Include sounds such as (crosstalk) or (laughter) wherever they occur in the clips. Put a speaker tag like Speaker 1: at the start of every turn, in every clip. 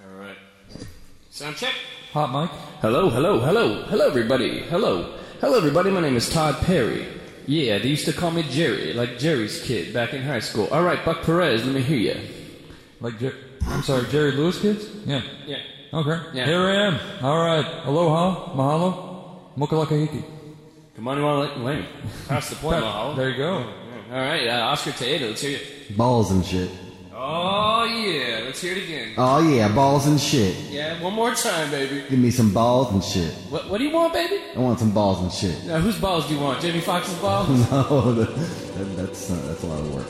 Speaker 1: All right. Sound check.
Speaker 2: Hot mic.
Speaker 1: Hello, hello, hello, hello, everybody. Hello, hello, everybody. My name is Todd Perry. Yeah, they used to call me Jerry, like Jerry's kid back in high school. All right, Buck Perez, let me hear you.
Speaker 2: Like, Jer- I'm sorry, Jerry Lewis kids? Yeah.
Speaker 1: Yeah.
Speaker 2: Okay.
Speaker 1: Yeah.
Speaker 2: Here I am. All right. Aloha. Mahalo. Mokalakahiki.
Speaker 1: Come on, you want to lame. Pass the (laughs) point, Mahalo.
Speaker 2: There you go.
Speaker 1: All right, uh, Oscar Taeda, let's hear you.
Speaker 3: Balls and shit.
Speaker 1: Oh yeah, let's hear it again.
Speaker 3: Oh yeah, balls and shit.
Speaker 1: Yeah, one more time, baby.
Speaker 3: Give me some balls and shit.
Speaker 1: What, what do you want, baby?
Speaker 3: I want some balls and shit. (laughs)
Speaker 1: Now, whose balls do you want? Jamie Foxx's balls? (laughs)
Speaker 3: No, that, that- that's uh, that's a lot of work.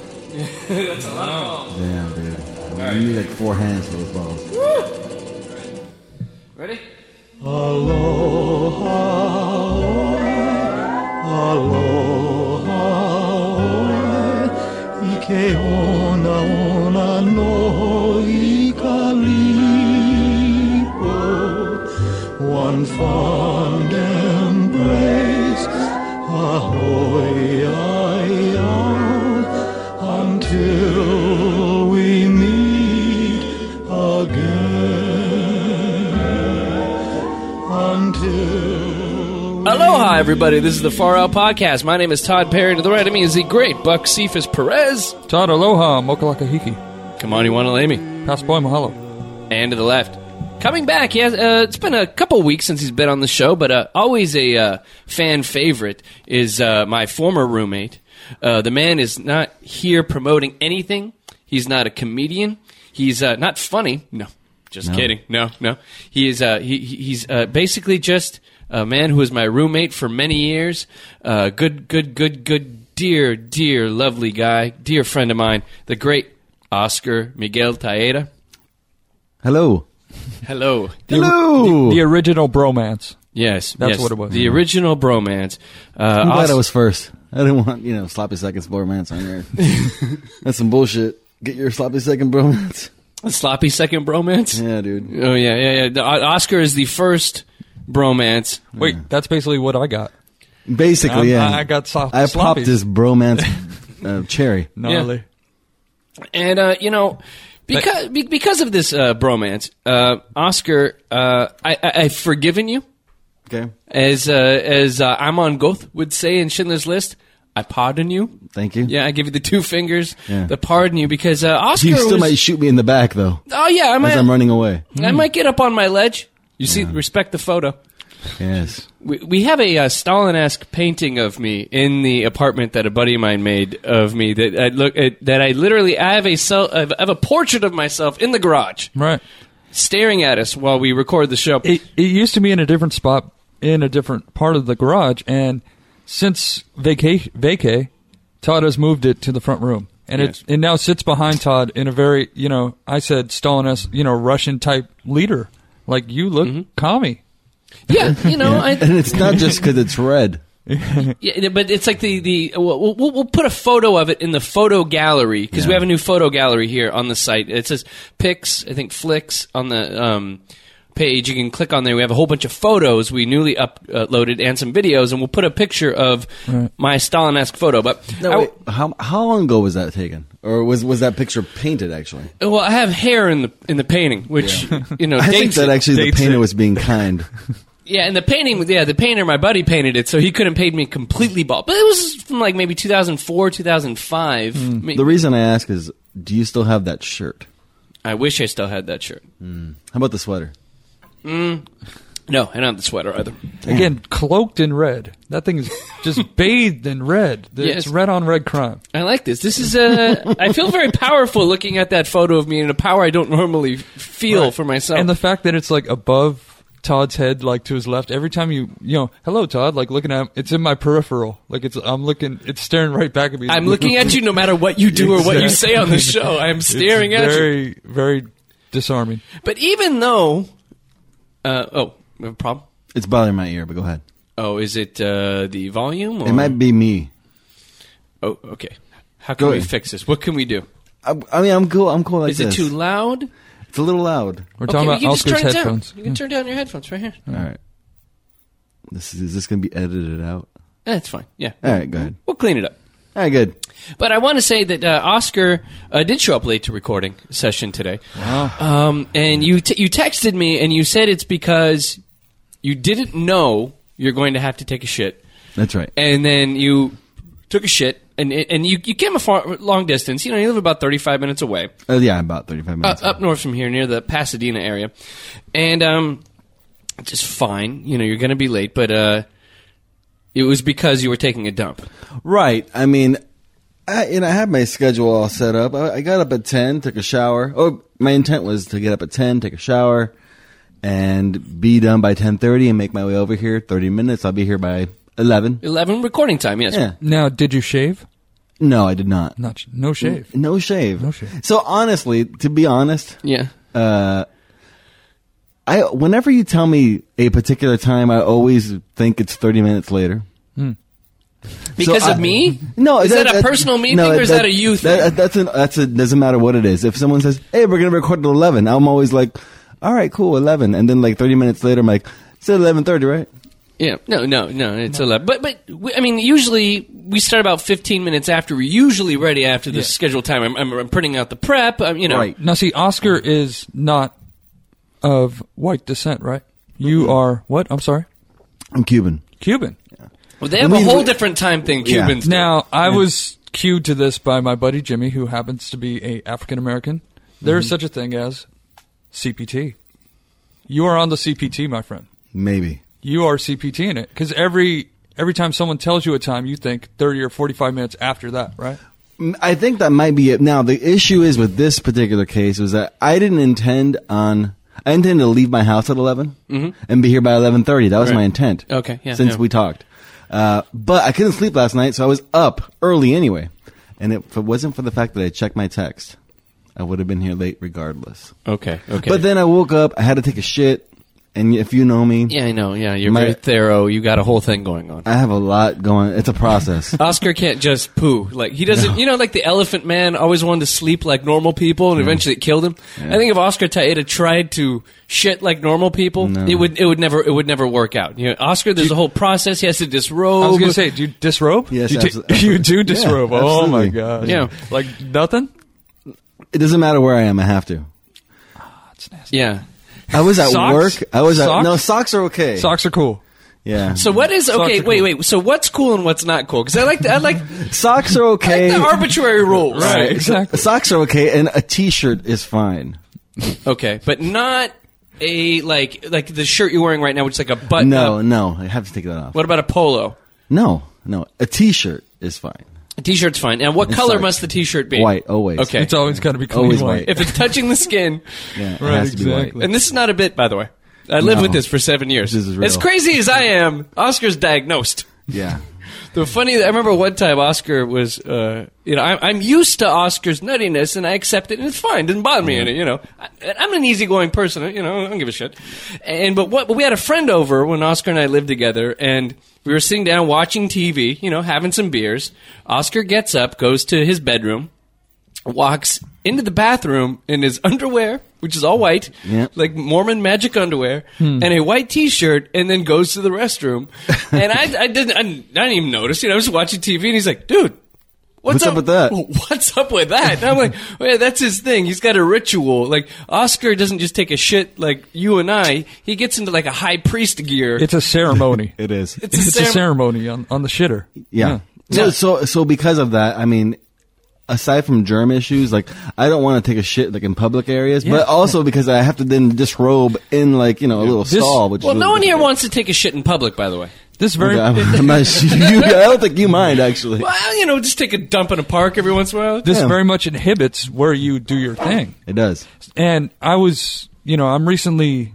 Speaker 1: That's a lot of balls.
Speaker 3: Damn, dude. You
Speaker 1: right.
Speaker 3: need like four hands for those balls.
Speaker 1: Ready?
Speaker 4: One fond embrace, ahoy, I out, until we meet again. Until
Speaker 1: Aloha, everybody. This is the Far Out Podcast. My name is Todd Perry. To the right of me is the great Buck Cephas Perez.
Speaker 2: Todd, aloha. Mokalakahiki.
Speaker 1: Come on, you want to lay me?
Speaker 2: Pass boy, mahalo.
Speaker 1: And to the left. Coming back, yes. Uh, it's been a couple weeks since he's been on the show, but uh, always a uh, fan favorite is uh, my former roommate. Uh, the man is not here promoting anything. He's not a comedian. He's uh, not funny. No, just kidding. No, no. He is. Uh, he, he- he's uh, basically just a man who was my roommate for many years. Uh, good, good, good, good, dear, dear, lovely guy, dear friend of mine, the great Oscar Miguel Taeda.
Speaker 3: Hello.
Speaker 1: Hello.
Speaker 3: Hello.
Speaker 2: The original bromance.
Speaker 1: Yes,
Speaker 2: That's
Speaker 1: yes,
Speaker 2: what it was.
Speaker 1: The original bromance. Uh,
Speaker 3: Mm-hmm. I'm glad
Speaker 1: Os-
Speaker 3: I was first. I didn't want you know sloppy seconds bromance
Speaker 2: (laughs)
Speaker 3: on here. that's some bullshit. Get your sloppy second bromance.
Speaker 1: (laughs) sloppy second bromance.
Speaker 3: Yeah, dude.
Speaker 1: Oh yeah, yeah, yeah. The- O- Oscar is the first bromance.
Speaker 2: Wait, that's basically what I got. I'm-
Speaker 3: Basically, Oh, yeah.
Speaker 2: I- I got soft-
Speaker 3: I
Speaker 2: sloppy.
Speaker 3: popped this
Speaker 2: (laughs)
Speaker 3: bromance uh, cherry.
Speaker 2: Gnarly.
Speaker 1: And uh, you know, because be- because of this uh, bromance, uh, Oscar, uh, I-, I I've forgiven you.
Speaker 3: Okay.
Speaker 1: As uh, as uh, Amon Goth would say in Schindler's List, I pardon you.
Speaker 3: Thank you.
Speaker 1: Yeah, I give you the two fingers,
Speaker 3: Yeah.
Speaker 1: the pardon you because uh, Oscar.
Speaker 3: You still
Speaker 1: was-
Speaker 3: might shoot me in the back though,
Speaker 1: oh yeah, I might.
Speaker 3: as I'm running away.
Speaker 1: I might get up on my ledge. You see, respect the photo.
Speaker 3: Yes.
Speaker 1: We, we have a uh, Stalin-esque painting of me in the apartment that a buddy of mine made of me. That I look at, that I literally I have a self, I have- I have a portrait of myself in the garage,
Speaker 2: Right.
Speaker 1: staring at us while we record the show.
Speaker 2: it, it used to be in a different spot in a different part of the garage and since vacay vacay todd has moved it to the front room and
Speaker 1: Yes.
Speaker 2: it it now sits behind todd in a very you know i said stalin as you know russian type leader like you look commie
Speaker 1: yeah, you know,
Speaker 3: And
Speaker 1: I,
Speaker 3: it's not just because it's red.
Speaker 1: yeah, but it's like the the we'll, we'll, we'll put a photo of it in the photo gallery because we
Speaker 3: Yeah.
Speaker 1: have a new photo gallery here on the site. It says pics, I think flicks on the. Um, Page you can click on there. We have a whole bunch of photos we newly uploaded and some videos, and we'll put a picture of my Stalin-esque photo. But I-
Speaker 3: No, how how long ago was that taken, or was was that picture painted actually?
Speaker 1: Well, I have hair in the in the painting, which you know.
Speaker 3: (laughs) I think
Speaker 1: dates
Speaker 3: that
Speaker 1: it.
Speaker 3: actually the
Speaker 2: dates
Speaker 3: painter
Speaker 2: it.
Speaker 3: was
Speaker 2: (laughs)
Speaker 3: being kind.
Speaker 1: Yeah, and the painting, yeah, the painter, my buddy painted it, so he couldn't paint me completely bald. But it was from like maybe 2004, 2005. I, mean,
Speaker 3: Mm. The reason I ask is, do you still have that shirt?
Speaker 1: I wish I still had that shirt.
Speaker 3: How about the sweater?
Speaker 1: No, I don't have the sweater either.
Speaker 2: again cloaked in red that thing is just bathed in red
Speaker 1: Yes.
Speaker 2: it's red on red crime
Speaker 1: I like this. This is uh, I feel very powerful looking at that photo of me in a power I don't normally feel for myself.
Speaker 2: and the fact that it's like above Todd's head, like to his left, every time you, you know, hello Todd, like looking at him, it's in my peripheral. Like it's, I'm looking, it's staring right back at me.
Speaker 1: I'm looking at you no matter what you do or what you say on the show.
Speaker 2: (laughs)
Speaker 1: I am staring at you.
Speaker 2: very, Very, very disarming.
Speaker 1: But even though, uh, oh, we have a problem.
Speaker 3: It's bothering my ear, but go ahead.
Speaker 1: Oh, is it uh, the volume? Or?
Speaker 3: It might be me.
Speaker 1: Oh, okay. How can
Speaker 3: Go
Speaker 1: we
Speaker 3: ahead.
Speaker 1: fix this? What can we do?
Speaker 3: I, I mean, I'm cool. I'm cool like
Speaker 1: Is
Speaker 3: this.
Speaker 1: it too loud?
Speaker 3: It's a little loud.
Speaker 2: We're
Speaker 1: okay,
Speaker 2: talking
Speaker 1: well,
Speaker 2: about
Speaker 1: you can just
Speaker 2: Oscar's
Speaker 1: turn it
Speaker 2: headphones.
Speaker 1: down. You can turn down your headphones right here.
Speaker 3: All right. This is, is this going to be edited out?
Speaker 1: That's fine. Yeah,
Speaker 3: All right, go ahead.
Speaker 1: we'll clean it up.
Speaker 3: All All right, good.
Speaker 1: But I want to say that uh, Oscar uh, did show up late to recording session today. Wow. Um, and you t- you texted me and you said it's because you didn't know you're going to have to take a shit,
Speaker 3: That's right.
Speaker 1: and then you took a shit. And, and you, you came a far, long distance. You know, you live about 35 minutes away.
Speaker 3: Uh, yeah, about 35
Speaker 1: Uh,
Speaker 3: minutes.
Speaker 1: up north from here, near the Pasadena area, and um, just fine. You know, you're going to be late, but uh, it was because you were taking a dump.
Speaker 3: Right. I mean, I, you know, I had my schedule all set up. I, I got up at 10, took a shower. Oh, my intent was to get up at 10, take a shower, and be done by 10.30 and make my way over here. 30 minutes. I'll be here by 11.
Speaker 1: Eleven recording time. Yes.
Speaker 3: Yeah.
Speaker 2: Now, did you shave?
Speaker 3: No, I did not.
Speaker 2: Not sh- no shave.
Speaker 3: No shave.
Speaker 2: No shave.
Speaker 3: So honestly, to be honest,
Speaker 1: Yeah.
Speaker 3: uh, I whenever you tell me a particular time, I always think it's 30 minutes later.
Speaker 1: Because
Speaker 3: So
Speaker 1: of
Speaker 3: I-
Speaker 1: me?
Speaker 3: No,
Speaker 1: is that, a
Speaker 3: that's-
Speaker 1: personal me
Speaker 3: no,
Speaker 1: thing or is that, a you thing?
Speaker 3: That, that's an, that's a doesn't matter what it is. If someone says, "Hey, we're gonna record at 11, I'm always like, "All right, cool, 11. and then like thirty minutes later, I'm like, "It's at eleven thirty, right?"
Speaker 1: yeah. No, no, no. It's a lot. But but we, I mean, usually we start about fifteen minutes after. We're usually ready after the scheduled time. I'm, I'm, I'm printing out the prep. i you know.
Speaker 3: Right.
Speaker 2: Now, see, Oscar is not of white descent, right? You are what? I'm sorry,
Speaker 3: I'm Cuban.
Speaker 2: Cuban.
Speaker 1: Well, they have
Speaker 3: I
Speaker 1: a
Speaker 3: mean,
Speaker 1: whole
Speaker 3: we-
Speaker 1: different time thing.
Speaker 3: Yeah.
Speaker 1: Cubans. do.
Speaker 2: Now, I was cued to this by my buddy Jimmy, who happens to be a African American. There
Speaker 3: Mm-hmm.
Speaker 2: is such a thing as CPT. You are on the CPT, my friend.
Speaker 3: Maybe.
Speaker 2: You are CPT in it because every every time someone tells you a time, you think thirty or forty five minutes after that, right?
Speaker 3: Mm, I think that might be it. Now the issue is with this particular case was that I didn't intend on. I intended to leave my house at 11 and be here by eleven thirty. That was
Speaker 1: Mm-hmm. Right.
Speaker 3: my intent.
Speaker 1: Okay, yeah,
Speaker 3: Since
Speaker 1: yeah.
Speaker 3: we talked, uh, but I couldn't sleep last night, so I was up early anyway. And it, if it wasn't for the fact that I checked my text, I would have been here late regardless.
Speaker 1: Okay. Okay.
Speaker 3: But then I woke up. I had to take a shit, and if you know me,
Speaker 1: Yeah, I know. Yeah, you're
Speaker 3: My-
Speaker 1: very thorough. You got a whole thing going on.
Speaker 3: I have a lot going. It's
Speaker 1: (laughs)
Speaker 3: a process.
Speaker 1: Oscar can't just poo. Like he doesn't. You know, like the elephant man always wanted to sleep like normal people, and eventually it killed him. I think if Oscar Taeda tried to shit like normal people, it would it would never it would never work out. You know, Oscar, there's a whole process. He has to disrobe.
Speaker 2: I was gonna say, do you disrobe?
Speaker 3: Oh, Yes,
Speaker 2: you, ta- (laughs)
Speaker 3: abso-
Speaker 2: you do
Speaker 3: absolutely.
Speaker 2: disrobe.
Speaker 3: Yeah,
Speaker 2: oh
Speaker 3: absolutely.
Speaker 2: my god!
Speaker 1: Yeah.
Speaker 2: like nothing.
Speaker 3: it doesn't matter where I am. I have to.
Speaker 2: That's nasty.
Speaker 1: yeah.
Speaker 3: I was at
Speaker 2: Socks?
Speaker 3: work. I was at
Speaker 2: Socks?
Speaker 3: no socks are okay.
Speaker 2: Socks are cool.
Speaker 3: Yeah.
Speaker 1: So what is
Speaker 2: Socks
Speaker 1: okay?
Speaker 2: are
Speaker 1: Wait,
Speaker 2: cool.
Speaker 1: wait. So what's cool and what's not cool? Because I like the, I like, I
Speaker 3: Socks are
Speaker 1: (laughs)
Speaker 3: okay.
Speaker 1: like the arbitrary rules.
Speaker 2: Right. exactly.
Speaker 3: Socks are okay, and a T-shirt is fine.
Speaker 1: Okay, but not a like like the shirt you're wearing right now, which is like a button.
Speaker 3: no,
Speaker 1: Up.
Speaker 3: no, I have to take that off.
Speaker 1: Uh, What about a polo?
Speaker 3: No, no, a T-shirt is fine.
Speaker 1: A t-shirt's fine. Now, what color
Speaker 3: like
Speaker 1: must the t-shirt be?
Speaker 3: White, always.
Speaker 1: Okay.
Speaker 2: It's always got to be clean
Speaker 3: Always
Speaker 2: white.
Speaker 3: white.
Speaker 1: if it's touching the skin,
Speaker 3: Yeah, it
Speaker 2: Right,
Speaker 3: has to be
Speaker 2: exactly.
Speaker 3: white.
Speaker 1: and this is not a bit, by the way. I lived
Speaker 3: No.
Speaker 1: with this for seven years.
Speaker 3: This is real.
Speaker 1: As crazy as I am, Oscar's diagnosed.
Speaker 3: Yeah,
Speaker 1: The funny, I remember one time Oscar was, uh, you know, I'm, I'm used to Oscar's nuttiness and I accept it and it's fine, doesn't bother me any, you know. I, I'm an easygoing person, you know, I don't give a shit. And but what? But we had a friend over when Oscar and I lived together, and we were sitting down watching TV, you know, having some beers. Oscar gets up, goes to his bedroom, walks into the bathroom in his (laughs) underwear, which is all white,
Speaker 3: Yeah.
Speaker 1: like Mormon magic underwear, and a white T-shirt, and then goes to the restroom. and I, I didn't, I, didn't- I didn't even notice. You know, I was watching TV, and he's like, "Dude, what's,
Speaker 3: What's up with
Speaker 1: (laughs)
Speaker 3: that?"
Speaker 1: What's up with that?" And I'm like, (laughs) oh, "Yeah, that's his thing. He's got a ritual. Like Oscar doesn't just take a shit like you and I. He gets into like a high priest gear.
Speaker 2: It's a
Speaker 3: (laughs)
Speaker 2: ceremony.
Speaker 3: (laughs) it is.
Speaker 1: a
Speaker 2: it's a
Speaker 1: cerem-
Speaker 2: ceremony on, on the shitter.
Speaker 3: yeah.
Speaker 1: Yeah.
Speaker 3: So, so, so because of that, I mean, aside from germ issues, like I don't want to take a shit like in public areas, but also because I have to then disrobe in like you know a little
Speaker 2: This-
Speaker 3: stall. Which
Speaker 1: well,
Speaker 3: is
Speaker 1: no one here wants
Speaker 3: wants.
Speaker 1: to take a shit in public, by the way.
Speaker 2: This very
Speaker 3: (laughs) I'm, I'm not, (laughs) you, I don't think you mind actually.
Speaker 1: Well, you know, just take a dump in a park every once in a while.
Speaker 2: this
Speaker 3: Yeah.
Speaker 2: very much inhibits where you do your thing.
Speaker 3: It does.
Speaker 2: And I was, you know, I'm recently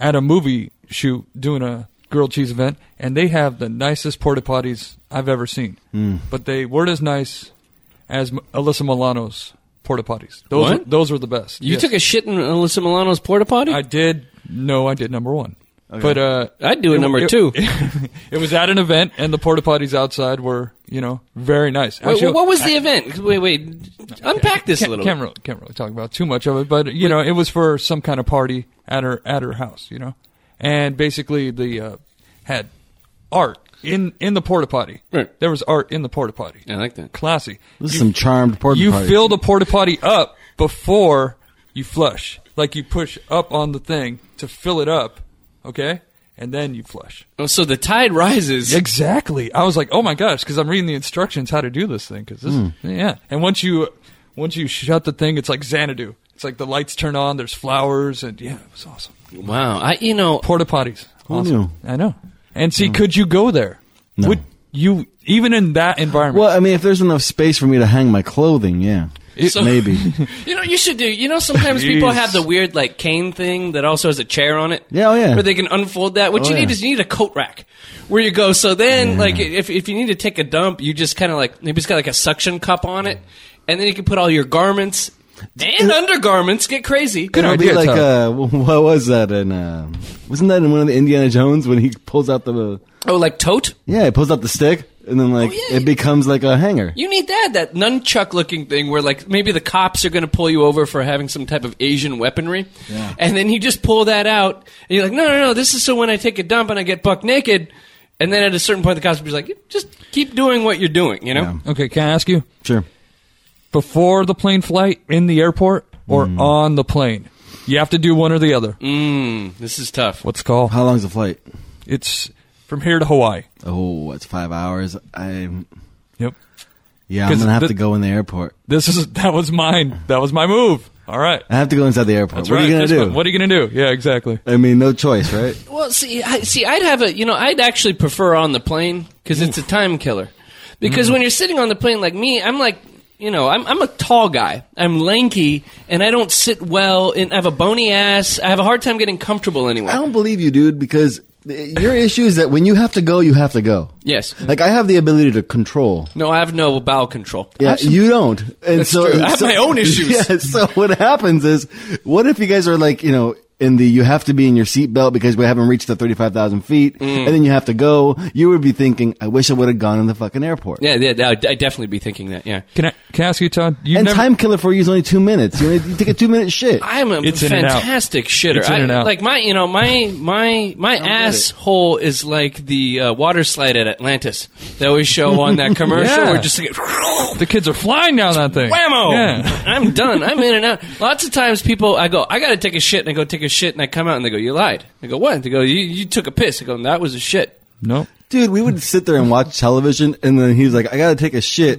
Speaker 2: at a movie shoot doing a grilled cheese event, and they have the nicest porta potties I've ever seen.
Speaker 3: Hmm.
Speaker 2: But they weren't as nice as M- Alyssa Milano's porta potties. Those
Speaker 1: What?
Speaker 2: Were, those were the best.
Speaker 1: You
Speaker 2: Yes.
Speaker 1: took a shit in Alyssa Milano's porta potty.
Speaker 2: I did. No, I did number one. But uh,
Speaker 1: I'd do a
Speaker 2: it-
Speaker 1: number
Speaker 2: it-
Speaker 1: two.
Speaker 2: (laughs) it was at an event, and the porta potties outside were, you know, very nice.
Speaker 1: Wait,
Speaker 2: Actually-
Speaker 1: what was the event? Wait, wait. Unpack this a
Speaker 2: can't,
Speaker 1: little.
Speaker 2: can't
Speaker 1: bit.
Speaker 2: really, can't really talk about too much of it, but you know, it was for some kind of party at her at her house, you know, and basically the uh, had art in in the porta potty.
Speaker 1: Right.
Speaker 2: There was art in the porta potty.
Speaker 1: I like that.
Speaker 2: Classy.
Speaker 3: This is some charmed porta
Speaker 2: you
Speaker 3: potty.
Speaker 2: fill the porta potty up before you flush. Like you push up on the thing to fill it up, okay? And then you flush.
Speaker 1: Oh, so the tide rises.
Speaker 2: Exactly. I was like, "Oh my gosh," cuz I'm reading the instructions how to do this thing cuz this
Speaker 3: Hmm.
Speaker 2: yeah. And once you once you shut the thing, it's like Xanadu. It's like the lights turn on, there's flowers and yeah, it was awesome.
Speaker 1: Wow. I you know
Speaker 2: Porta potties.
Speaker 3: Who
Speaker 2: Awesome.
Speaker 3: knew? Hmm.
Speaker 2: I know. And see, could you go there?
Speaker 3: No.
Speaker 2: Would you even in that environment?
Speaker 3: Well, I mean, if there's enough space for me to hang my clothing, yeah,
Speaker 1: So-
Speaker 3: (laughs) maybe.
Speaker 1: you know you should do. You know
Speaker 3: (laughs)
Speaker 1: sometimes people have the weird like cane thing that also has a chair on it.
Speaker 3: Yeah, oh, yeah.
Speaker 1: Where they can unfold that. What
Speaker 3: Oh,
Speaker 1: you need
Speaker 3: yeah.
Speaker 1: is you need a coat rack where you go. So then like if if you need to take a dump, you just kind of like maybe it's got like a suction cup on it, and then you can put all your garments and undergarments. Get crazy.
Speaker 2: Good
Speaker 3: It'll be
Speaker 2: idea,
Speaker 3: like
Speaker 2: Tyler.
Speaker 3: uh, (laughs) what was that? In uh, wasn't that in one of the Indiana Jones when he pulls out the
Speaker 1: Oh, like tote.
Speaker 3: yeah, he pulls out the stick and then like
Speaker 1: Oh, yeah,
Speaker 3: it
Speaker 1: you-
Speaker 3: becomes like a hanger.
Speaker 1: You need that that nunchuck looking thing where like maybe the cops are going to pull you over for having some type of Asian weaponry, and then you just pull that out and you're like, no, no, no, this is so when I take a dump and I get buck naked, and then at a certain point the cops will be like, just keep doing what you're doing, you know?
Speaker 2: okay, can I ask you
Speaker 3: Sure.
Speaker 2: before the plane flight in the airport or
Speaker 3: Hmm.
Speaker 2: on the plane? You have to do one or the other.
Speaker 1: Mm, this is tough.
Speaker 2: What's it called?
Speaker 3: How long's the flight?
Speaker 2: It's from here to Hawaii.
Speaker 3: Oh, it's five hours. I
Speaker 2: Yep.
Speaker 3: yeah, I'm
Speaker 2: 'Cause
Speaker 3: gonna have
Speaker 2: the-
Speaker 3: to go in the airport.
Speaker 2: This is (laughs) that was mine. That was my move. All right.
Speaker 3: I have to go inside the airport.
Speaker 2: That's
Speaker 3: what
Speaker 2: right.
Speaker 3: are you gonna
Speaker 2: This
Speaker 3: do?
Speaker 2: one. What are you gonna do? Yeah, exactly.
Speaker 3: I mean, no choice, right?
Speaker 1: Well, see, I, see, I'd have a, you know, I'd actually prefer on the plane because it's a time killer. Because when you're sitting on the plane like me, I'm like, you know, I'm, I'm a tall guy. I'm lanky, and I don't sit well, and I have a bony ass. I have a hard time getting comfortable anywhere.
Speaker 3: (laughs) I don't believe you, dude, because uh, your issue is that when you have to go, you have to go.
Speaker 1: Yes.
Speaker 3: Like I have the ability to control.
Speaker 1: No, I have no bowel control.
Speaker 3: Yeah, you don't. And so
Speaker 1: true. I have
Speaker 3: so-
Speaker 1: my own issues.
Speaker 3: (laughs) Yeah, so what happens is, what if you guys are like, you know, in the you have to be in your seatbelt because we haven't reached the thirty five thousand feet, and then you have to go. You would be thinking, I wish I would have gone in the fucking airport.
Speaker 1: Yeah, yeah, yeah, I'd I'd definitely be thinking that. Yeah,
Speaker 2: Can I can I ask you, Todd? You
Speaker 3: And time killer for you is only two minutes. You, only, you take a two minute shit.
Speaker 1: I'm a
Speaker 2: It's in and out.
Speaker 1: fantastic shitter.
Speaker 2: It's in
Speaker 1: I-
Speaker 2: and out.
Speaker 1: Like my, you know, my my my asshole is like the uh, water slide at Atlantis. They always show on
Speaker 2: (laughs)
Speaker 1: that commercial
Speaker 2: Yeah.
Speaker 1: where just like
Speaker 2: (laughs) the kids are flying down that thing.
Speaker 1: whammo.
Speaker 2: Yeah.
Speaker 1: I'm done. I'm in and out. Lots of times people, I go, I got to take a shit, and I go take a shit, and I come out, and they go, you lied. I go, what? they go, you, you took a piss. I go, that was a shit.
Speaker 2: Nope.
Speaker 3: Dude, we would sit there and watch television, and then he's like, "I gotta take a (laughs) shit."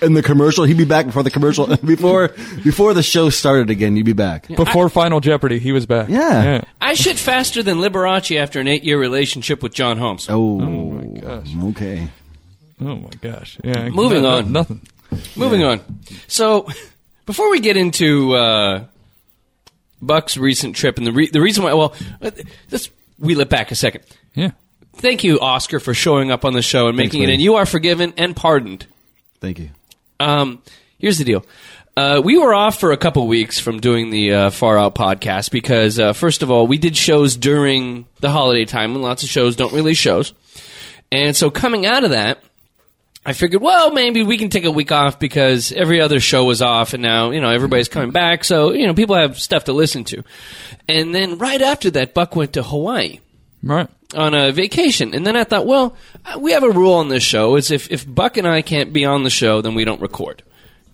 Speaker 3: In the commercial, he'd be back before the commercial, (laughs) before before the show started again. You'd be back.
Speaker 2: Before Final Jeopardy, he was back.
Speaker 3: Yeah.
Speaker 1: I shit faster than Liberace after an eight year relationship with John Holmes.
Speaker 3: Oh,
Speaker 2: gosh.
Speaker 3: okay.
Speaker 2: Oh my gosh. Yeah.
Speaker 1: Moving
Speaker 2: No-
Speaker 1: on.
Speaker 2: Nothing.
Speaker 1: Moving on. So, before we get into uh, Buck's recent trip and the re- the reason why, well, uh, let's wheel it back a second.
Speaker 2: Yeah.
Speaker 1: Thank you, Oscar, for showing up on the show and
Speaker 3: Thanks,
Speaker 1: making it.
Speaker 3: buddy.
Speaker 1: And you are forgiven and pardoned.
Speaker 3: Thank you.
Speaker 1: Um, here's the deal. Uh, we were off for a couple weeks from doing the uh, Far Out podcast because, uh, first of all, we did shows during the holiday time when lots of shows don't release shows. And so coming out of that, I figured, well, maybe we can take a week off because every other show was off, and now you know everybody's coming back, so you know people have stuff to listen to. And then right after that, Buck went to Hawaii
Speaker 2: Right.
Speaker 1: on a vacation, and then I thought, well, uh, we have a rule on this show: is if if Buck and I can't be on the show, then we don't record.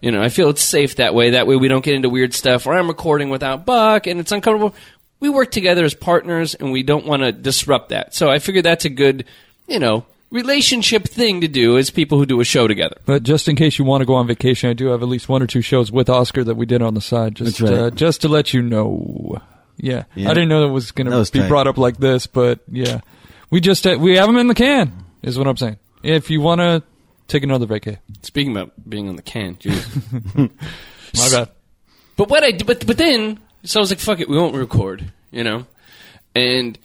Speaker 1: You know, I feel it's safe that way. That way, we don't get into weird stuff where I'm recording without Buck, and it's uncomfortable. We work together as partners, and we don't want to disrupt that. So I figured that's a good, you know, relationship thing to do as people who do a show together.
Speaker 2: But just in case you want to go on vacation, I do have at least one or two shows with Oscar that we did on the side. Just
Speaker 3: That's right.
Speaker 2: uh, just to let you know. Yeah.
Speaker 3: Yeah.
Speaker 2: I didn't know that was going
Speaker 3: That
Speaker 2: to
Speaker 3: was
Speaker 2: be
Speaker 3: tight.
Speaker 2: brought up like this, but yeah. We just uh, we have them in the can. Is what I'm saying. If you want to take another vacay.
Speaker 1: Speaking about being on the can, jeez.
Speaker 2: My bad.
Speaker 1: But what I d- but but then so I was like, fuck it, we won't record, you know. And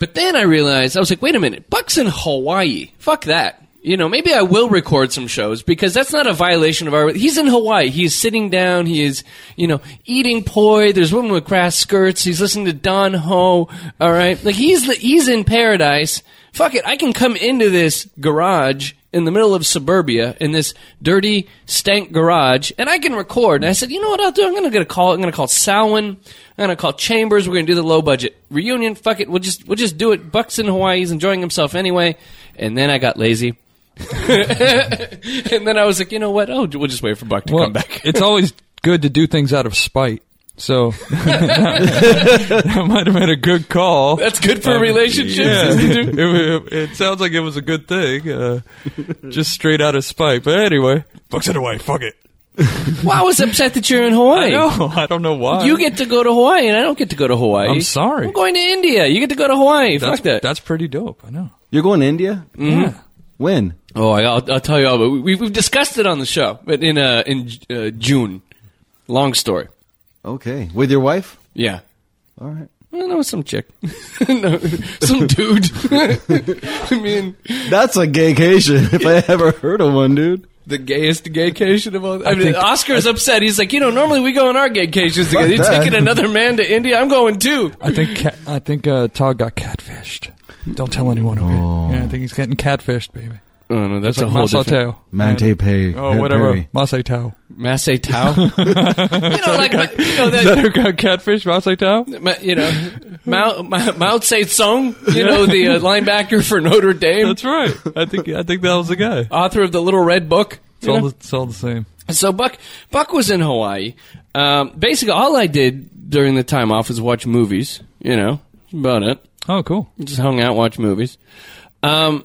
Speaker 1: but then I realized I was like, wait a minute, Buck's in Hawaii. Fuck that. You know, maybe I will record some shows because that's not a violation of our. He's in Hawaii. He is sitting down. He is, you know, eating poi. There's women with grass skirts. He's listening to Don Ho. All right, like he's the, he's in paradise. Fuck it, I can come into this garage in the middle of suburbia in this dirty, stank garage, and I can record. And I said, you know what I'll do? I'm gonna get a call. I'm gonna call Salwin. I'm gonna call Chambers. We're gonna do the low budget reunion. Fuck it. We'll just we'll just do it. Bucks in Hawaii. He's enjoying himself anyway. And then I got lazy. (laughs) and then I was like, you know what? Oh, we'll just wait for Buck to
Speaker 2: Well,
Speaker 1: come back.
Speaker 2: (laughs) it's always good to do things out of spite. So (laughs) that might have been a good call.
Speaker 1: That's good for
Speaker 2: Um,
Speaker 1: relationships.
Speaker 2: yeah.
Speaker 1: isn't it?
Speaker 2: it, wa- it sounds like it was a good thing, uh, just straight out of spite. But anyway, fucks it away. Fuck it.
Speaker 1: Well, I was upset that you're in Hawaii.
Speaker 2: No, I don't know why.
Speaker 1: You get to go to Hawaii, and I don't get to go to Hawaii.
Speaker 2: I'm sorry.
Speaker 1: I'm going to India. You get to go to Hawaii.
Speaker 2: that's,
Speaker 1: Fuck that.
Speaker 2: That's pretty dope. I know.
Speaker 3: You're going to India?
Speaker 1: Mm-hmm.
Speaker 2: Yeah.
Speaker 3: When?
Speaker 1: oh, I, I'll, I'll tell you all. But we, we've discussed it on the show, but in uh, in uh, June. Long story.
Speaker 3: Okay. With your wife?
Speaker 1: Yeah.
Speaker 3: All right.
Speaker 1: Well, no, some chick, (laughs) no, some dude. (laughs) I mean,
Speaker 3: That's a gaycation if I ever heard of one, dude.
Speaker 1: the gayest gaycation of all. I, mean,
Speaker 2: think-
Speaker 1: Oscar's upset. He's like, you know, normally we go on our gaycations together. You're
Speaker 3: that.
Speaker 1: taking another man to India. I'm going too.
Speaker 2: I think cat, I think uh, Todd got catfished. Don't tell anyone. Okay. Yeah, I think he's getting catfished, baby.
Speaker 1: Oh no, that's
Speaker 2: It's like
Speaker 1: Oh. a whole
Speaker 2: Masao
Speaker 1: different.
Speaker 2: Tao.
Speaker 3: Mante Pei.
Speaker 2: Oh, whatever. Masai Tao.
Speaker 1: Masai (laughs) Tao. you know, like you know that.
Speaker 2: Is (laughs) that who got catfished? Masai Tao?
Speaker 1: Ma- you know, Mao, Ma- Mao Tse-Tung, you know, the uh, linebacker for Notre Dame,
Speaker 2: That's right. I think I think that was the guy.
Speaker 1: author of the Little Red Book.
Speaker 2: It's
Speaker 1: you
Speaker 2: all,
Speaker 1: know?
Speaker 2: the, it's all the same.
Speaker 1: So Buck Buck was in Hawaii. Um, basically, all I did during the time off was watch movies. You know, that's about it.
Speaker 2: Oh, cool.
Speaker 1: Just hung out, watched movies. Um,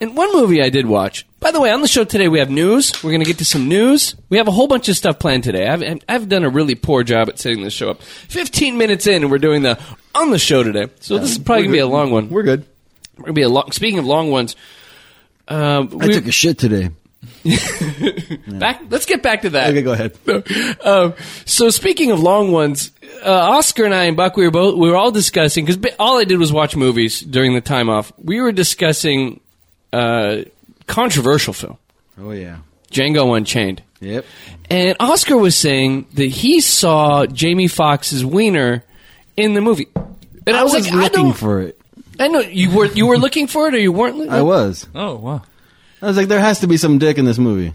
Speaker 1: and one movie I did watch. By the way, on the show today we have news. We're going to get to some news. We have a whole bunch of stuff planned today. I've, I've done a really poor job at setting this show up. Fifteen minutes in, and we're doing the on the show today. So this is probably going to be a long one. We're
Speaker 3: We're good.
Speaker 1: going to be a long. Speaking of long ones, um,
Speaker 3: I
Speaker 1: we-
Speaker 3: took a shit today.
Speaker 1: back. Let's get back to that.
Speaker 3: Okay, go ahead.
Speaker 1: (laughs) um, so speaking of long ones, uh, Oscar and I and Buck, we were both we were all discussing because all I did was watch movies during the time off. We were discussing uh, controversial film
Speaker 3: Oh, yeah.
Speaker 1: Django Unchained,
Speaker 3: Yep.
Speaker 1: and Oscar was saying that he saw Jamie Foxx's wiener in the movie. And I,
Speaker 3: I was,
Speaker 1: like, I
Speaker 3: looking
Speaker 1: don't-
Speaker 3: for it.
Speaker 1: I know you were you were looking for it, or you weren't. Looking?
Speaker 3: I was.
Speaker 2: Oh, wow.
Speaker 3: I was like, there has to be some dick in this movie.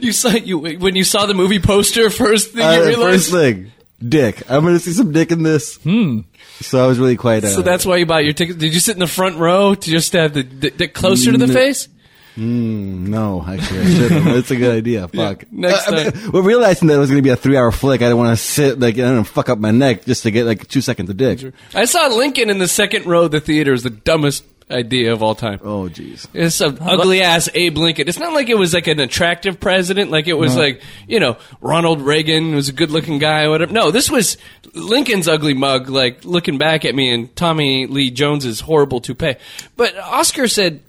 Speaker 1: You saw you when you saw the movie poster first thing
Speaker 3: Uh,
Speaker 1: you realized.
Speaker 3: first thing, dick. I'm going to see some dick in this. Hmm. So I was really quite. Uh,
Speaker 1: So that's why you bought your ticket. Did you sit in the front row to just have the, the, the closer to the
Speaker 3: No.
Speaker 1: face?
Speaker 3: no, actually, I
Speaker 1: (laughs)
Speaker 3: shouldn't. that's a good idea. Fuck.
Speaker 1: next
Speaker 3: Uh, I mean,
Speaker 1: time.
Speaker 3: Well, realizing that it was going to be a three-hour flick, I didn't want to sit like I don't fuck up my neck just to get like two seconds of dick.
Speaker 1: I saw Lincoln in the second row of the theater. Is the dumbest idea of all time.
Speaker 3: Oh, jeez.
Speaker 1: It's some ugly ass Abe Lincoln. It's not like it was like an attractive president. Like it was like you know Ronald Reagan was a good looking guy. Or whatever. No, this was Lincoln's ugly mug. Like looking back at me and Tommy Lee Jones's horrible toupee. But Oscar said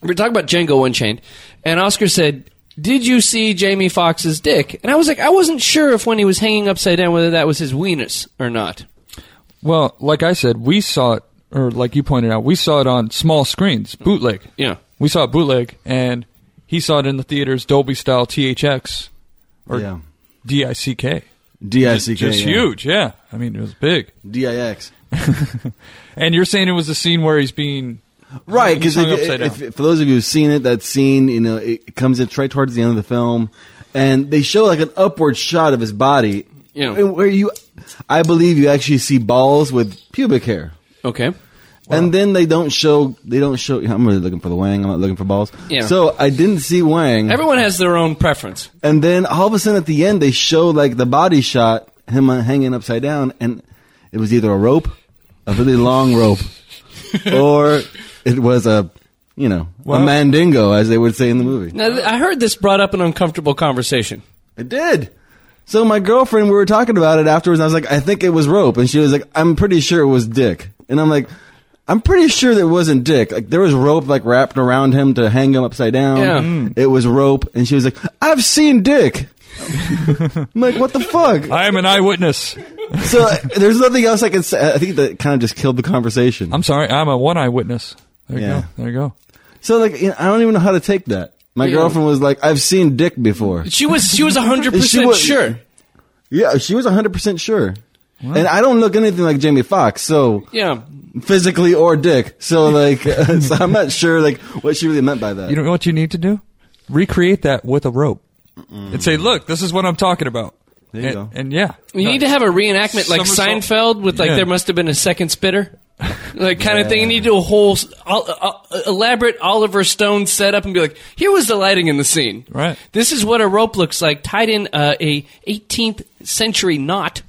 Speaker 1: we were talking about Django Unchained, and Oscar said, "Did you see Jamie Foxx's dick?" And I was like, I wasn't sure if when he was hanging upside down whether that was his weenus or not.
Speaker 2: Well, like I said, we saw it, or like you pointed out, we saw it on small screens, bootleg.
Speaker 1: Yeah.
Speaker 2: We saw it bootleg, and he saw it in the theaters, Dolby style, THX, or
Speaker 3: yeah.
Speaker 2: DICK.
Speaker 3: D-I-C-K.
Speaker 2: Just
Speaker 3: yeah.
Speaker 2: huge, yeah. I mean, it was big.
Speaker 3: D-I-X.
Speaker 2: And you're saying it was the scene where he's being.
Speaker 3: Right, because
Speaker 2: hung upside down.
Speaker 3: for those of you who've seen it, that scene, you know, it comes in right towards the end of the film, and they show like an upward shot of his body,
Speaker 1: Yeah.
Speaker 3: and where you, I believe you actually see balls with pubic hair,
Speaker 1: Okay.
Speaker 3: and then they don't show, they don't show. I'm really looking for the wang. I'm not looking for balls.
Speaker 1: Yeah.
Speaker 3: So I didn't see wang,
Speaker 1: Everyone has their own preference.
Speaker 3: and then all of a sudden at the end they show like the body shot, him uh, hanging upside down, and it was either a rope, a really long rope, or it was a you know
Speaker 2: Well-
Speaker 3: a mandingo, as they would say in the movie.
Speaker 1: Now, th- I heard this brought up an uncomfortable conversation.
Speaker 3: It did. So my girlfriend, we were talking about it afterwards, and I was like, I think it was rope, and she was like, I'm pretty sure it was dick, and I'm like. I'm pretty sure that it wasn't dick. Like there was rope like wrapped around him to hang him upside down.
Speaker 1: Yeah. Mm.
Speaker 3: It was rope, and she was like, "I've seen dick." I'm like, "What the fuck?"
Speaker 2: I am an eyewitness.
Speaker 3: So uh, there's nothing else I can say. I think that kind of just killed the conversation.
Speaker 2: I'm sorry, I'm a one eyewitness. There you
Speaker 3: Yeah.
Speaker 2: go. There you go.
Speaker 3: so like, you know, I don't even know how to take that. My
Speaker 1: Yeah.
Speaker 3: girlfriend was like, "I've seen dick before."
Speaker 1: She was she was hundred
Speaker 3: She
Speaker 1: percent
Speaker 3: was-
Speaker 1: sure.
Speaker 3: Yeah, she was 100 percent sure. And I don't look anything like Jamie Foxx, so
Speaker 1: Yeah.
Speaker 3: physically or dick. So like, (laughs) so I'm not sure like what she really meant by that.
Speaker 2: You know what you need to do? Recreate that with a rope and say, "Look, this is what I'm talking about."
Speaker 3: There you
Speaker 2: and,
Speaker 3: go.
Speaker 2: and yeah,
Speaker 1: You need to have a reenactment like
Speaker 2: Somersault.
Speaker 1: Seinfeld with like
Speaker 2: Yeah.
Speaker 1: there must have been a second
Speaker 2: (laughs)
Speaker 1: spitter, like kind of thing. You need to do a whole s- ol- uh, elaborate Oliver Stone setup and be like, here was the lighting in the scene.
Speaker 2: Right.
Speaker 1: This is what a rope looks like, tied in uh, a 18th century knot.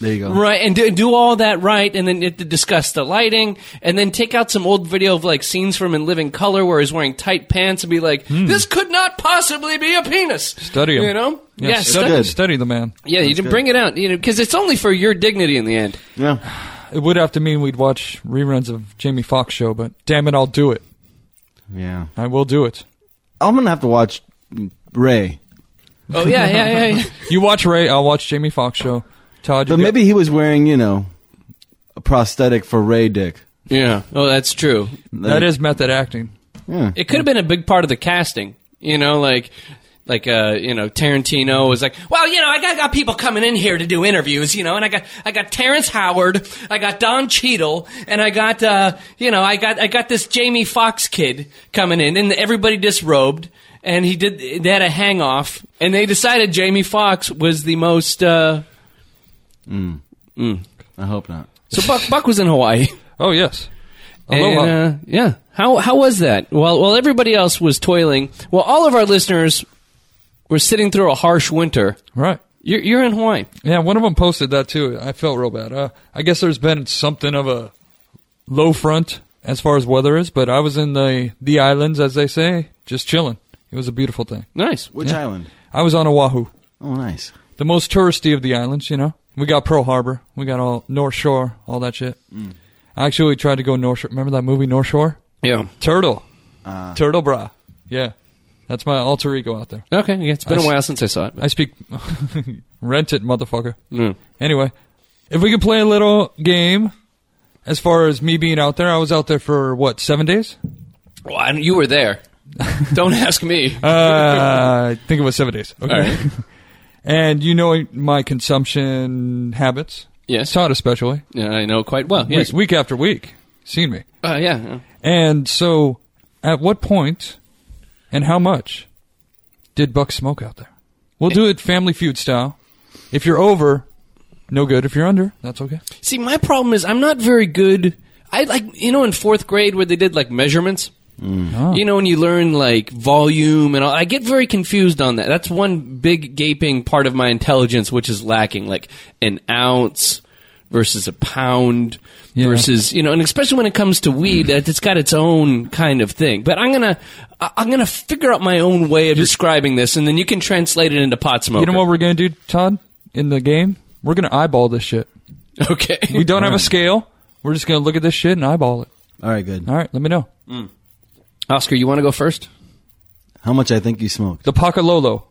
Speaker 3: There you go.
Speaker 1: Right, and do, do all that right, and then you have to discuss the lighting, and then take out some old video of like scenes from In Living Color where he's wearing tight pants and be like, "This could not possibly be a penis."
Speaker 2: Hmm. study 'em.
Speaker 1: you know?
Speaker 2: Yeah,
Speaker 1: yeah,
Speaker 2: study,
Speaker 1: stu-
Speaker 3: good.
Speaker 2: study the man.
Speaker 1: yeah. You can bring it out, you know, because it's only for your dignity in the end.
Speaker 3: Yeah.
Speaker 2: It would have to mean we'd watch reruns of Jamie Foxx show, but damn it, I'll do it.
Speaker 3: Yeah.
Speaker 2: I will do it.
Speaker 3: I'm gonna have to watch Ray,
Speaker 1: Oh yeah, yeah, yeah.
Speaker 2: (laughs)
Speaker 1: yeah.
Speaker 2: You watch Ray, I'll watch Jamie Foxx show. Todd, you
Speaker 3: but
Speaker 2: go-
Speaker 3: maybe he was wearing you know a prosthetic for Ray dick.
Speaker 1: yeah. Oh, that's true.
Speaker 2: that is method acting.
Speaker 3: Yeah.
Speaker 1: It could have been a big part of the casting. You know, like like uh, you know, Tarantino was like, Well, you know, I got, got people coming in here to do interviews, you know, and I got I got Terrence Howard, I got Don Cheadle, and I got uh you know, I got I got this Jamie Foxx kid coming in and everybody disrobed and he did they had a hang off and they decided Jamie Foxx was the most uh
Speaker 3: I hope not.
Speaker 1: so Buck Buck was in Hawaii. (laughs)
Speaker 2: Oh yes,
Speaker 1: And,
Speaker 2: aloha.
Speaker 1: uh, yeah. How how was that? While while everybody else was toiling, while all of our listeners were sitting through a harsh winter,
Speaker 2: right.
Speaker 1: you're, you're in Hawaii.
Speaker 2: Yeah, one of them posted that too. I felt real bad. Uh, I guess there's been something of a low front as far as weather is, but I was in the the islands, as they say, just chilling. It was a beautiful thing.
Speaker 1: Nice.
Speaker 3: Which island?
Speaker 2: I was on Oahu,
Speaker 3: Oh, nice.
Speaker 2: the most touristy of the islands. You know, we got Pearl Harbor, we got all North Shore, all that shit. I actually tried to go North Shore. Remember that movie North Shore?
Speaker 1: Yeah.
Speaker 2: Turtle,
Speaker 3: Uh,
Speaker 2: Turtle Bra. Yeah, that's my alter ego out there.
Speaker 1: Okay. Yeah, it's been a while since I saw it.
Speaker 2: I speak (laughs) rent it, motherfucker.
Speaker 1: Mm.
Speaker 2: Anyway, if we could play a little game as far as me being out there, I was out there for what, seven days?
Speaker 1: Well, I- you were (laughs) there. Don't ask me.
Speaker 2: Uh, I think it was seven days. Okay.
Speaker 1: All right.
Speaker 2: (laughs) And you know my consumption habits.
Speaker 1: Yes.
Speaker 2: Todd, especially.
Speaker 1: Yeah, I know quite well. Yes.
Speaker 2: Week, week after week. Seen me.
Speaker 1: Uh, yeah.
Speaker 2: And so, at what point and how much did Buck smoke out there? We'll do it family feud style. If you're over, no good. If you're under, that's okay.
Speaker 1: See, my problem is I'm not very good. I like you know in fourth grade where they did like measurements.
Speaker 2: Oh.
Speaker 1: You know, when you learn like volume and all, I get very confused on that. That's one big gaping part of my intelligence which is lacking, like an ounce versus a pound
Speaker 2: Yeah.
Speaker 1: versus you know, and especially when it comes to weed, that it's got its own kind of thing. But I'm gonna, I- I'm gonna figure out my own way of describing this, and then you can translate it into pot smoke.
Speaker 2: You know what we're gonna do, Todd? In the game, we're gonna eyeball this shit.
Speaker 1: (laughs) Okay.
Speaker 2: We don't have a scale. We're just gonna look at this shit and eyeball it.
Speaker 3: all right, good.
Speaker 2: All right, let me know.
Speaker 1: Oscar, you want to go first?
Speaker 3: How much I think you smoked
Speaker 2: The Pacololo.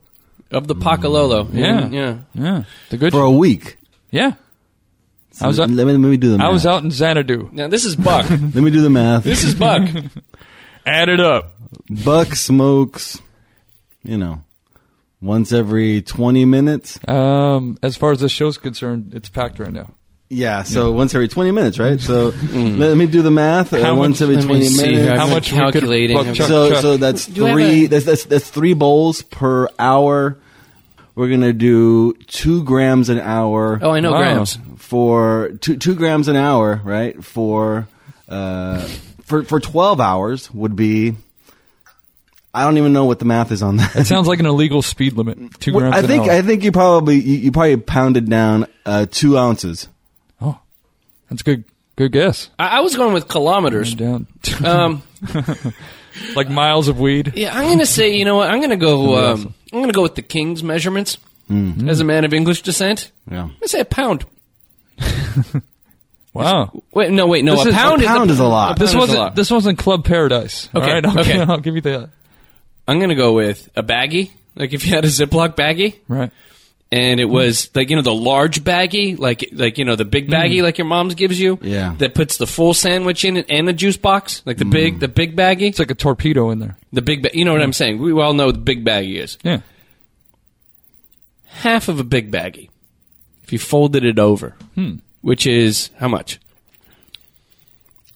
Speaker 1: Of the Pacololo.
Speaker 2: Mm. Yeah.
Speaker 1: Yeah.
Speaker 2: Yeah, the good.
Speaker 3: for a week?
Speaker 2: Yeah,
Speaker 3: So
Speaker 2: I was out-
Speaker 3: let, me, let me do the math.
Speaker 2: I was out in Xanadu.
Speaker 1: Now, this is Buck.
Speaker 3: Let me do the math.
Speaker 1: this
Speaker 3: (laughs)
Speaker 1: is Buck.
Speaker 2: Add it up.
Speaker 3: Buck smokes, you know, once every 20 minutes.
Speaker 2: Um, as far as this show's concerned, it's packed right now.
Speaker 3: Yeah, so once every 20 minutes, right? So let me do the math.
Speaker 2: How
Speaker 3: uh, once
Speaker 2: much-
Speaker 3: every
Speaker 1: let me
Speaker 3: 20
Speaker 1: see
Speaker 3: minutes.
Speaker 1: here.
Speaker 2: How
Speaker 1: I'm
Speaker 2: much
Speaker 1: calculating.
Speaker 2: We could, Buck,
Speaker 3: so
Speaker 2: Chuck,
Speaker 3: so
Speaker 2: Chuck.
Speaker 3: that's
Speaker 1: you have
Speaker 3: three
Speaker 1: a-
Speaker 3: that's, that's that's three bowls per hour. We're going to do 2 grams an hour
Speaker 1: Oh, I know
Speaker 2: Wow.
Speaker 1: grams.
Speaker 3: for 2 2 grams an hour, right? For uh for for 12 hours would be I don't even know what the math is on that.
Speaker 2: It sounds like an illegal speed limit. Two
Speaker 3: Well,
Speaker 2: grams.
Speaker 3: I
Speaker 2: an
Speaker 3: think
Speaker 2: hour.
Speaker 3: I think you probably you, you probably pounded down uh, two ounces.
Speaker 2: oh, that's good. Good guess.
Speaker 1: I, I was going with kilometers.
Speaker 2: Down. (laughs)
Speaker 1: Um,
Speaker 2: like miles of weed.
Speaker 1: yeah, I'm gonna say, you know what? I'm gonna go. Um, I'm gonna go with the king's measurements.
Speaker 2: Mm.
Speaker 1: As a man of English descent,
Speaker 3: Yeah.
Speaker 1: I say a pound.
Speaker 2: Wow.
Speaker 1: Wait, no, wait, no,
Speaker 2: This
Speaker 1: a
Speaker 2: is- a
Speaker 1: pound,
Speaker 3: pound is a lot.
Speaker 1: pound
Speaker 2: This
Speaker 1: is a
Speaker 2: wasn't.
Speaker 1: lot.
Speaker 2: This wasn't Club Paradise.
Speaker 1: Okay,
Speaker 2: All right. I'll,
Speaker 1: okay.
Speaker 2: (laughs) I'll give you that.
Speaker 1: I'm gonna go with a baggie. Like if you had a Ziploc baggie,
Speaker 2: Right.
Speaker 1: and
Speaker 2: Hmm.
Speaker 1: it was like you know the large baggie, like like you know the big baggie,
Speaker 2: Hmm.
Speaker 1: like your mom's gives you,
Speaker 3: Yeah.
Speaker 1: that puts the full sandwich in it and the juice box, like the
Speaker 2: Hmm.
Speaker 1: big the big baggie,
Speaker 2: It's like a torpedo in there.
Speaker 1: the big. Ba- you know what I'm saying? We all know what the big baggie is.
Speaker 2: Yeah.
Speaker 1: half of a big baggie
Speaker 2: Hmm.
Speaker 1: if you folded it over, which is how much?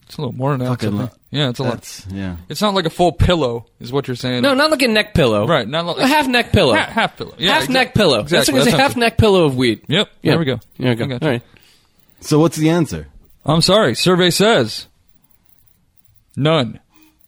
Speaker 2: It's a little more than that.
Speaker 3: Fucking
Speaker 2: I think.
Speaker 3: lo-
Speaker 2: yeah, it's a lot.
Speaker 3: That's- yeah.
Speaker 2: It's not like a full pillow, is what you're saying.
Speaker 1: No, not like a neck pillow.
Speaker 2: Right, not like-
Speaker 1: a half neck pillow.
Speaker 2: Ha- half pillow. Yeah,
Speaker 1: half
Speaker 2: exac-
Speaker 1: neck pillow. That's
Speaker 2: exactly.
Speaker 1: like it's a
Speaker 2: That sounds
Speaker 1: half
Speaker 2: good.
Speaker 1: neck pillow of weed.
Speaker 2: Yep.
Speaker 1: Yeah.
Speaker 2: There we go.
Speaker 1: There we go.
Speaker 2: I got
Speaker 1: All
Speaker 2: you.
Speaker 1: right.
Speaker 3: So what's the answer?
Speaker 2: I'm sorry. Survey says none.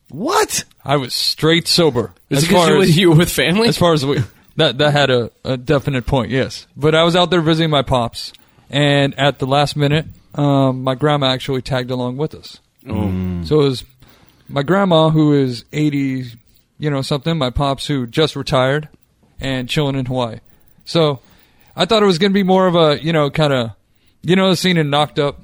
Speaker 3: What?
Speaker 2: I was straight sober.
Speaker 1: Is
Speaker 2: as
Speaker 1: it because
Speaker 2: far
Speaker 1: you, were-
Speaker 2: as,
Speaker 1: you were with family?
Speaker 2: as far as we that that had a, a definite point, yes. But I was out there visiting my pops, and at the last minute, um, my grandma actually tagged along with us. So it was my grandma who is eighty, you know something. My pops who just retired and chilling in Hawaii. So I thought it was going to be more of a you know kind of you know the scene in Knocked Up,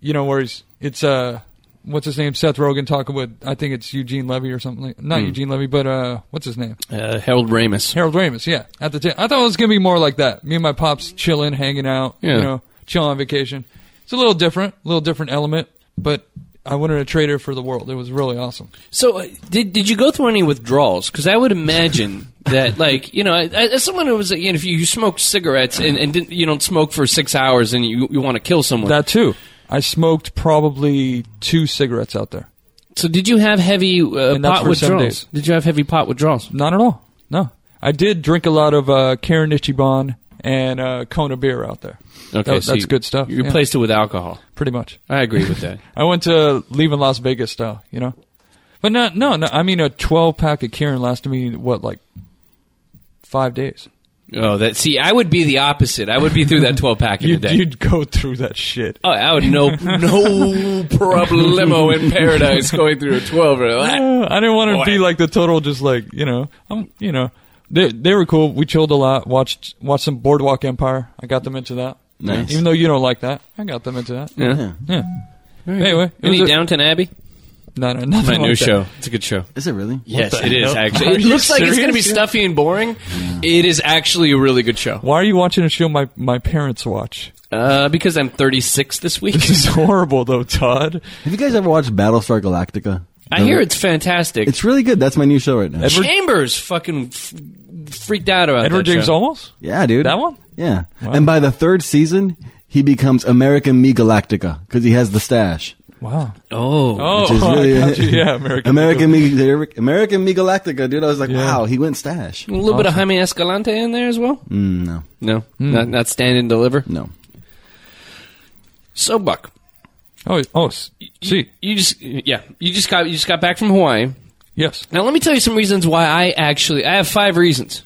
Speaker 2: you know where he's it's uh what's his name Seth Rogen talking with I think it's Eugene Levy or something like, not Eugene Levy but uh what's his name
Speaker 1: uh, Harold Ramis.
Speaker 2: Harold Ramis, yeah. At the t- I thought it was gonna be more like that. Me and my pops chilling, hanging out,
Speaker 1: Yeah.
Speaker 2: you know, chilling on vacation. It's a little different, a little different element, but I wanted to trade it for the world. It was really awesome.
Speaker 1: So uh, did did you go through any withdrawals? Because I would imagine that, (laughs) like you know, I- I- as someone who was, you know, if you, you smoked cigarettes and, and didn't, you don't smoke for six hours and you you want to kill someone.
Speaker 2: That too. I smoked probably two cigarettes out there.
Speaker 1: so did you have heavy uh,
Speaker 2: And that's
Speaker 1: pot
Speaker 2: for seven
Speaker 1: withdrawals?
Speaker 2: days.
Speaker 1: Did you have heavy pot withdrawals?
Speaker 2: Not at all. No. I did drink a lot of uh, Karen Ichiban and uh, Kona beer out there. That-
Speaker 1: so
Speaker 2: that's
Speaker 1: you-
Speaker 2: good stuff.
Speaker 1: You
Speaker 2: yeah,
Speaker 1: replaced it with alcohol.
Speaker 2: pretty much.
Speaker 1: I agree with
Speaker 2: (laughs)
Speaker 1: that.
Speaker 2: I went to leaving Las Vegas style, you know. But no, no, no. I mean, a twelve pack of Karen lasted me what, like five days.
Speaker 1: oh, that see, I would be the opposite. I would be through that twelve pack in a
Speaker 2: You'd,
Speaker 1: day.
Speaker 2: you'd go through that shit.
Speaker 1: Oh, I would
Speaker 2: (laughs)
Speaker 1: no no problemo in paradise going through a
Speaker 2: (laughs)
Speaker 1: twelve. Right?
Speaker 2: Uh, I didn't want to
Speaker 1: Boy.
Speaker 2: be like the total, just like you know, I'm, you know, they they were cool. We chilled a lot, watched watched some Boardwalk Empire. I got them into that.
Speaker 3: Nice.
Speaker 2: Even though you don't like that, I got them into that.
Speaker 1: Yeah.
Speaker 2: Yeah. Anyway, it was
Speaker 1: Any
Speaker 2: a,
Speaker 1: Downton Abbey?
Speaker 2: no, no, nothing
Speaker 1: My
Speaker 2: like
Speaker 1: new
Speaker 2: that.
Speaker 1: show. It's a good show.
Speaker 3: Is it really?
Speaker 1: Yes,
Speaker 3: What the
Speaker 1: it is
Speaker 3: hell?
Speaker 1: actually. It looks like it's going to be stuffy and boring. It is actually a really good show.
Speaker 2: Why are you watching a show my my parents watch?
Speaker 1: Uh, because I'm 36 this week.
Speaker 2: (laughs) This is horrible, though, Todd.
Speaker 3: Have you guys ever watched Battlestar Galactica?
Speaker 1: I
Speaker 3: No.
Speaker 1: hear it's fantastic.
Speaker 3: It's really good. That's my new show right now.
Speaker 2: Edward-
Speaker 1: Chambers fucking f- freaked out about
Speaker 2: Edward
Speaker 1: that
Speaker 2: James
Speaker 1: show.
Speaker 2: Olmos.
Speaker 3: yeah, dude.
Speaker 2: That one?
Speaker 3: Yeah. And by the third season, he becomes American Me Galactica because he has the stash.
Speaker 2: Wow.
Speaker 1: Oh,
Speaker 2: Oh, (laughs)
Speaker 3: Which is really-
Speaker 2: I got you.
Speaker 3: (laughs)
Speaker 2: yeah, American.
Speaker 3: American Me, American Me Galactica, dude. I was like, wow, he went stash.
Speaker 1: a
Speaker 2: Mm.
Speaker 1: little bit of Jaime Escalante in there as well.
Speaker 3: Mm, no,
Speaker 1: No, not not stand and deliver.
Speaker 3: no.
Speaker 1: So Buck,
Speaker 2: Oh, oh, s- see,
Speaker 1: you just yeah, you just got you just got back from Hawaii.
Speaker 2: yes.
Speaker 1: Now let me tell you some reasons why I actually I have five reasons.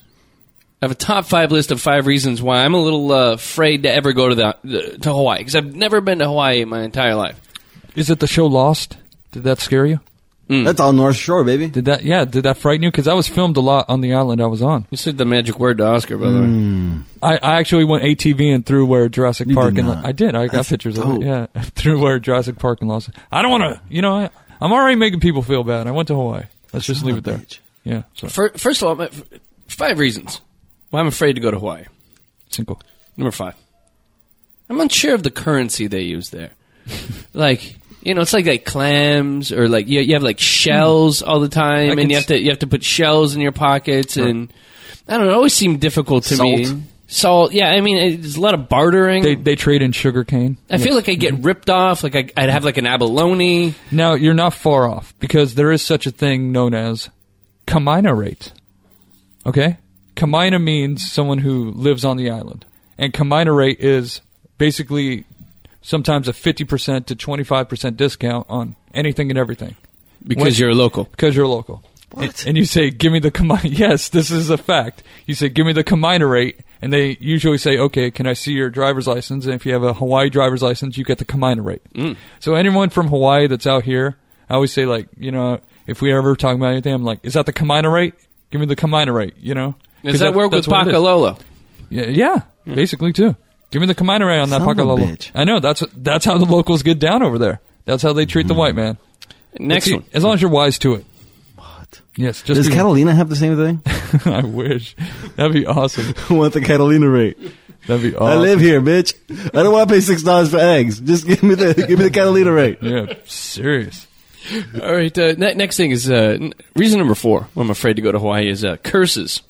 Speaker 1: I have a top five list of five reasons why I'm a little uh, afraid to ever go to the to Hawaii because I've never been to Hawaii in my entire life.
Speaker 2: Is it the show Lost? Did that scare you? Mm.
Speaker 3: That's all North Shore, baby.
Speaker 2: Did that? Yeah, did that frighten you? Because that was filmed a lot on the island I was on.
Speaker 1: You said the magic word to Oscar, by the way.
Speaker 2: I, I actually went ATV and through where Jurassic
Speaker 3: You
Speaker 2: Park
Speaker 3: did
Speaker 2: and
Speaker 3: not.
Speaker 2: I did. I got
Speaker 3: That's
Speaker 2: pictures of
Speaker 3: dope.
Speaker 2: it. Yeah, (laughs) through where Jurassic Park and Lost. I don't want to. You know, I, I'm already making people feel bad. I went to Hawaii. Let's just leave it there.
Speaker 3: bitch.
Speaker 2: Yeah, so,
Speaker 1: Fir- First of all, my- f- five reasons why I'm afraid to go to Hawaii.
Speaker 2: single.
Speaker 1: Number five, I'm unsure of the currency they use there. like you know, it's like like clams or like you, you have like shells all the time,
Speaker 2: Like
Speaker 1: and you
Speaker 2: it's-
Speaker 1: have to you have to put shells in your pockets, and I don't know. It always seemed difficult to
Speaker 3: Salt.
Speaker 1: me. Salt, yeah. I mean, it- there's a lot of bartering.
Speaker 2: They they trade in sugar cane.
Speaker 1: I feel like I get ripped off. Like I, I'd have like an abalone.
Speaker 2: Now you're not far off because there is such a thing known as kamina rate. Okay, kamina means someone who lives on the island, and kamina rate is basically sometimes a fifty percent to twenty five percent discount on anything and everything
Speaker 1: Because
Speaker 2: What?
Speaker 1: you're a local.
Speaker 2: because you're local.
Speaker 3: What?
Speaker 2: And, and you say, "Give me the kamina." (laughs) Yes, this is a fact. You say, "Give me the kamina rate," and they usually say, "Okay, can I see your driver's license?" And if you have a Hawaii driver's license, you get the kamina rate.
Speaker 1: Mm.
Speaker 2: So anyone from Hawaii that's out here, I always say, like, you know, if we ever talk about anything, I'm like, "Is that the kamina rate? Give me the kamina rate." You know,
Speaker 1: Does
Speaker 2: 'Cause
Speaker 1: that work with Hmm.
Speaker 2: that's what it is.
Speaker 1: Pacololo?
Speaker 2: Yeah, yeah, basically too. Give me the kamina rate on that
Speaker 3: Son of a
Speaker 2: pakalolo.
Speaker 3: bitch.
Speaker 2: I know that's that's how the locals get down over there. That's how they treat the white man.
Speaker 1: Hmm. Next
Speaker 2: See,
Speaker 1: one.
Speaker 2: As long as you're wise to it. Yes, just
Speaker 3: Does
Speaker 2: be-
Speaker 3: Catalina have the same (laughs)
Speaker 2: (laughs)
Speaker 3: thing?
Speaker 2: I wish. That'd be awesome.
Speaker 3: want the Catalina rate?
Speaker 2: That'd be
Speaker 3: I
Speaker 2: awesome.
Speaker 3: live here, bitch. I don't want to pay six dollars for eggs. Just give me the give me the Catalina rate.
Speaker 2: Yeah, serious.
Speaker 1: All right. Uh, ne- next thing is uh, n- reason number four. Why I'm afraid to go to Hawaii is uh, curses.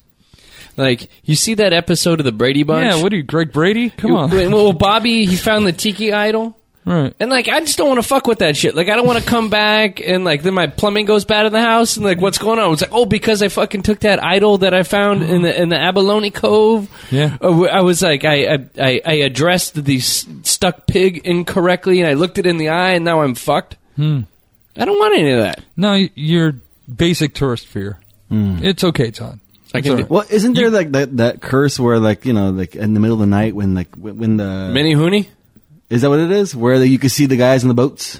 Speaker 1: Like you see that episode of the Brady Bunch?
Speaker 2: Yeah, what are you, Greg Brady? Come on.
Speaker 1: Well, Bobby he found the tiki idol,
Speaker 2: Right.
Speaker 1: And like, I just don't want to fuck with that shit. Like, I don't want to come back and like then my plumbing goes bad in the house and like, what's going on? It's like, oh, because I fucking took that idol that I found in the in the abalone cove.
Speaker 2: Yeah.
Speaker 1: Uh, wh- I was like, I I- I I addressed the s- stuck pig incorrectly and I looked it in the eye and now I'm fucked.
Speaker 2: Hmm.
Speaker 1: I don't want any of that.
Speaker 2: No, y- your basic tourist fear.
Speaker 3: Hmm.
Speaker 2: It's okay, Todd.
Speaker 1: I
Speaker 2: It's
Speaker 1: can
Speaker 2: all
Speaker 1: do-
Speaker 2: right.
Speaker 3: Well, isn't there like that, that curse where like you know like in the middle of the night when like when when the
Speaker 1: Mini Hooney.
Speaker 3: is that what it is where like, you can see the guys in the boats?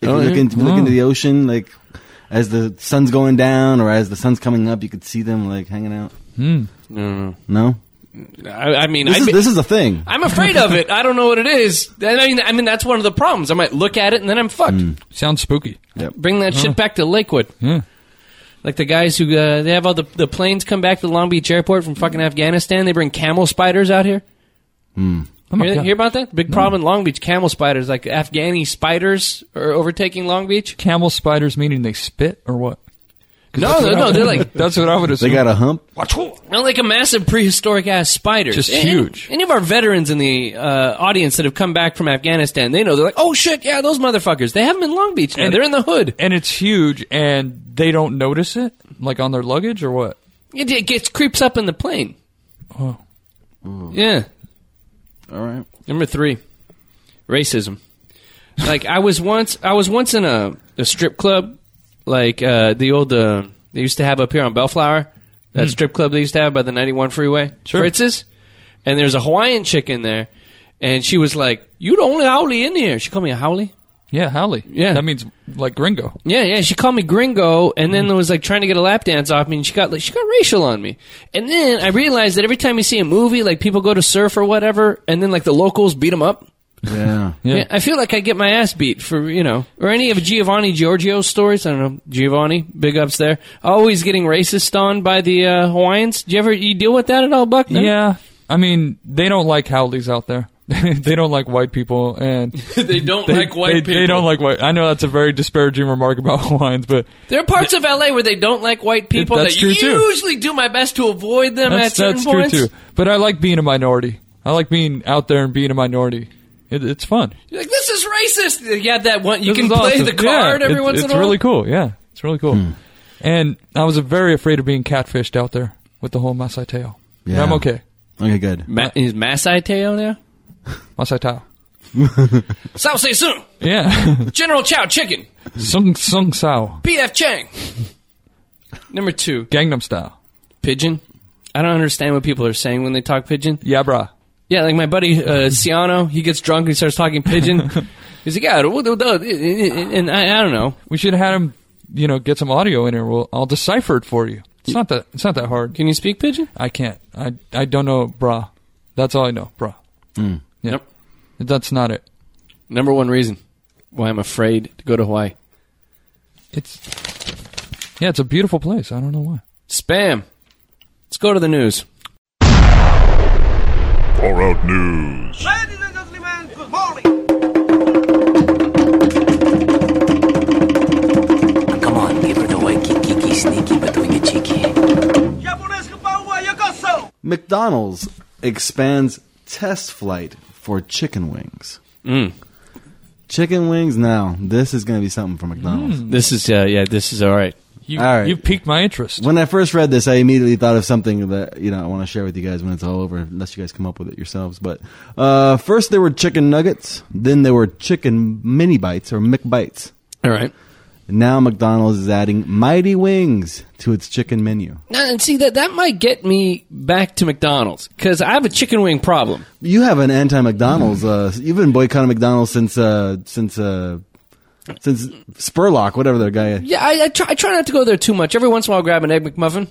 Speaker 3: If you
Speaker 1: Oh,
Speaker 3: look,
Speaker 1: yeah.
Speaker 3: into, look
Speaker 2: Oh.
Speaker 3: into the ocean, like as the sun's going down or as the sun's coming up, you could see them like hanging out.
Speaker 1: No,
Speaker 3: No,
Speaker 1: no. I, Hmm. I mean,
Speaker 3: this,
Speaker 1: I'd
Speaker 3: is,
Speaker 1: be-
Speaker 3: this is a thing.
Speaker 1: I'm afraid of it. I don't know what it is. I mean, I mean that's one of the problems. I might look at it and then I'm fucked.
Speaker 2: Hmm. Sounds spooky.
Speaker 3: Yep.
Speaker 1: Bring that shit back to Lakewood.
Speaker 2: Yeah.
Speaker 1: Like the guys who uh, they have all the the planes come back to Long Beach Airport from fucking Afghanistan. They bring camel spiders out here.
Speaker 2: Oh my
Speaker 1: hear,
Speaker 2: God.
Speaker 1: hear about that? Big problem in Long Beach. Camel spiders, like Afghani spiders, are overtaking Long Beach.
Speaker 2: Camel spiders meaning they spit or what? 'Cause
Speaker 1: No,
Speaker 2: that's what
Speaker 1: no,
Speaker 2: I
Speaker 1: no,
Speaker 2: would-
Speaker 1: they're like-
Speaker 2: (laughs) that's what I would
Speaker 3: They
Speaker 2: assume.
Speaker 3: got a hump.
Speaker 1: They're like a massive prehistoric ass spider.
Speaker 2: Just
Speaker 1: Any-
Speaker 2: huge.
Speaker 1: Any of our veterans in the uh, audience that have come back from Afghanistan, they know they're like, oh shit, yeah, those motherfuckers. They have them in Long Beach now.
Speaker 2: And-
Speaker 1: they're in the hood.
Speaker 2: and it's huge, and they don't notice it, like on their luggage or what?
Speaker 1: It, it gets creeps up in the plane.
Speaker 2: Oh.
Speaker 1: Yeah.
Speaker 3: All right.
Speaker 1: Number three, racism. Like I was once, I was once in a, a strip club, like uh, the old uh, they used to have up here on Bellflower, that strip club they used to have by the ninety one freeway,
Speaker 2: Sure.
Speaker 1: Fritz's, and there's a Hawaiian chick in there, and she was like, "You the only howley in here." She called me a howley.
Speaker 2: Yeah, Howley.
Speaker 1: Yeah.
Speaker 2: that means like gringo.
Speaker 1: Yeah, yeah. She called me gringo, and then was like trying to get a lap dance off me, and she got like she got racial on me. And then I realized that every time you see a movie, like people go to surf or whatever, and then like the locals beat them up.
Speaker 3: Yeah.
Speaker 2: Yeah.
Speaker 1: (laughs) Yeah. I feel like I get my ass beat for you know, or any of Giovanni Giorgio's stories. I don't know Giovanni, big ups there. Always getting racist on by the uh, Hawaiians. Do you ever you deal with that at all, Buck? No?
Speaker 2: Yeah, I mean they don't like Howleys out there. (laughs) they don't like white
Speaker 1: (laughs)
Speaker 2: people, and
Speaker 1: they don't
Speaker 2: they,
Speaker 1: like white
Speaker 2: they,
Speaker 1: people.
Speaker 2: They don't like white. I know that's a very disparaging remark about (laughs) Hawaiians, but
Speaker 1: There are parts of LA where they don't like white people.
Speaker 2: That's
Speaker 1: that
Speaker 2: true, too.
Speaker 1: usually do my best to avoid them
Speaker 2: that's
Speaker 1: at certain
Speaker 2: that's
Speaker 1: points.
Speaker 2: true too. But I like being a minority. I like being out there and being a minority. It, it's fun.
Speaker 1: You're like this is racist. Yeah, that one. You
Speaker 2: This
Speaker 1: can
Speaker 2: is
Speaker 1: play
Speaker 2: awesome.
Speaker 1: the card
Speaker 2: Yeah,
Speaker 1: every
Speaker 2: it-
Speaker 1: once
Speaker 2: It's
Speaker 1: in a while.
Speaker 2: really cool. Yeah, it's really cool. And I was very afraid of being catfished out there with the whole Masai Teo.
Speaker 3: Yeah.
Speaker 2: Yeah. I'm okay.
Speaker 3: Okay. Good.
Speaker 1: Ma- is Masai Teo now?
Speaker 2: Masai Teo.
Speaker 1: South Say Soon,
Speaker 2: Yeah.
Speaker 1: General Chow Chicken,
Speaker 2: Sung Sung Sao.
Speaker 1: P.F. Chang. Number two.
Speaker 2: Gangnam Style.
Speaker 1: pigeon. I don't understand what people are saying when they talk pigeon.
Speaker 2: Yeah, brah.
Speaker 1: Yeah, like my buddy uh, Ciano, he gets drunk and he starts talking (laughs) pigeon. He's like, yeah, what the- what the-" and I, I don't know.
Speaker 2: We should have had him, you know, get some audio in here. We'll, I'll decipher it for you. It's not that. It's not that hard.
Speaker 1: Can you speak pigeon?
Speaker 2: I can't. I I don't know brah. That's all I know. Brah. Yeah.
Speaker 1: Yep.
Speaker 2: That's not it.
Speaker 1: Number one reason why I'm afraid to go to Hawaii:
Speaker 2: It's. Yeah, it's a beautiful place. I don't know why.
Speaker 1: spam. Let's go to the news.
Speaker 5: Four Out News.
Speaker 6: Ladies and gentlemen, good morning.
Speaker 7: Come on, give her the wakey geeky sneaky between the cheeky.
Speaker 6: Japonês que pau aí, canção.
Speaker 3: McDonald's expands test flight for chicken wings. Chicken wings now. This is going to be something for McDonald's.
Speaker 1: This is uh, yeah, this is all right.
Speaker 2: You,
Speaker 3: All right.
Speaker 2: you piqued my interest.
Speaker 3: When I first read this, I immediately thought of something that you know I want to share with you guys when it's all over, unless you guys come up with it yourselves. But uh, first, there were chicken nuggets. Then there were chicken mini bites or McBites.
Speaker 1: All right.
Speaker 3: Now McDonald's is adding mighty wings to its chicken menu.
Speaker 1: Now, and see that that might get me back to McDonald's because I have a chicken wing problem.
Speaker 3: You have an anti-McDonald's. Uh, you've been boycotting McDonald's since uh, since uh, since Spurlock, whatever their guy.
Speaker 1: Yeah, I, I, try, I try not to go there too much. Every once in a while, I'll grab an egg McMuffin.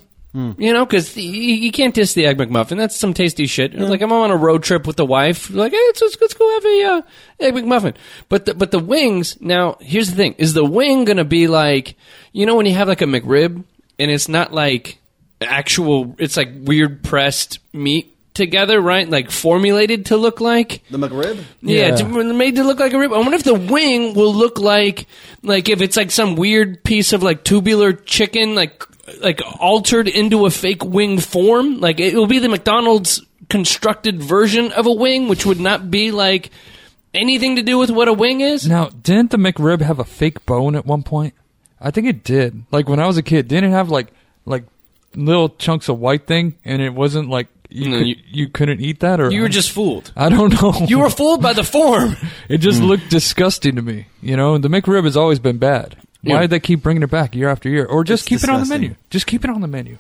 Speaker 1: You know, because you, you can't diss the egg McMuffin. That's some tasty shit. Like I'm on a road trip with the wife. Like, hey, let's, let's, let's go have a uh, egg McMuffin. But the, but the wings. Now, here's the thing: is the wing gonna be like, you know, when you have like a McRib and it's not like actual, it's like weird pressed meat together, right? Like formulated to look like.
Speaker 3: The McRib.
Speaker 1: Yeah,
Speaker 2: Yeah.
Speaker 1: it's made to look like a rib. I wonder if the wing will look like like if it's like some weird piece of like tubular chicken, like like altered into a fake wing form. Like it will be the McDonald's constructed version of a wing, which would not be like anything to do with what a wing is?
Speaker 2: Now, didn't the McRib have a fake bone at one point? I think it did. Like when I was a kid, didn't it have like like little chunks of white thing, and it wasn't like you
Speaker 1: No,
Speaker 2: could, you,
Speaker 1: you-
Speaker 2: couldn't eat that or
Speaker 1: You were just fooled.
Speaker 2: I don't know.
Speaker 1: You were fooled by the form. (laughs)
Speaker 2: it just
Speaker 3: Mm.
Speaker 2: looked disgusting to me. You know, the McRib has always been bad. Why
Speaker 1: Yeah.
Speaker 2: did they keep bringing it back year after year, or just
Speaker 3: It's
Speaker 2: keep it on the
Speaker 3: disgusting. Mm.
Speaker 2: menu? Just keep it on the menu.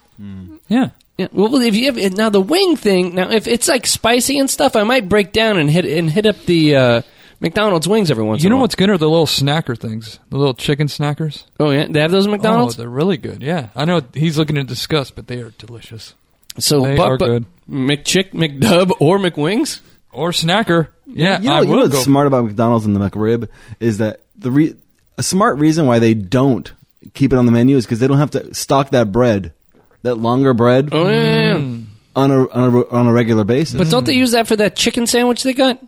Speaker 2: Yeah.
Speaker 1: Yeah, well, if you have now the wing thing, now if it's like spicy and stuff, I might break down and hit and hit up the uh, McDonald's wings every once.
Speaker 2: You
Speaker 1: in a
Speaker 2: know
Speaker 1: while.
Speaker 2: what's good are the little snacker things, the little chicken snackers.
Speaker 1: Oh yeah, they have those at
Speaker 2: Oh,
Speaker 1: McDonald's.
Speaker 2: they're really good. Yeah, I know he's looking in disgust, but they are delicious.
Speaker 1: so
Speaker 2: they
Speaker 1: but,
Speaker 2: are
Speaker 1: but-
Speaker 2: good.
Speaker 1: McChick, McDub, or McWings.
Speaker 2: Or snacker. Yeah,
Speaker 3: You know,
Speaker 2: I
Speaker 3: you know
Speaker 2: will
Speaker 3: what's
Speaker 2: go.
Speaker 3: smart about McDonald's and the McRib is that the re- a smart reason why they don't keep it on the menu is because they don't have to stock that bread, that longer bread,
Speaker 1: Oh yeah, yeah, yeah.
Speaker 3: on a on a, on a regular basis.
Speaker 1: But don't they use that for that chicken sandwich they got?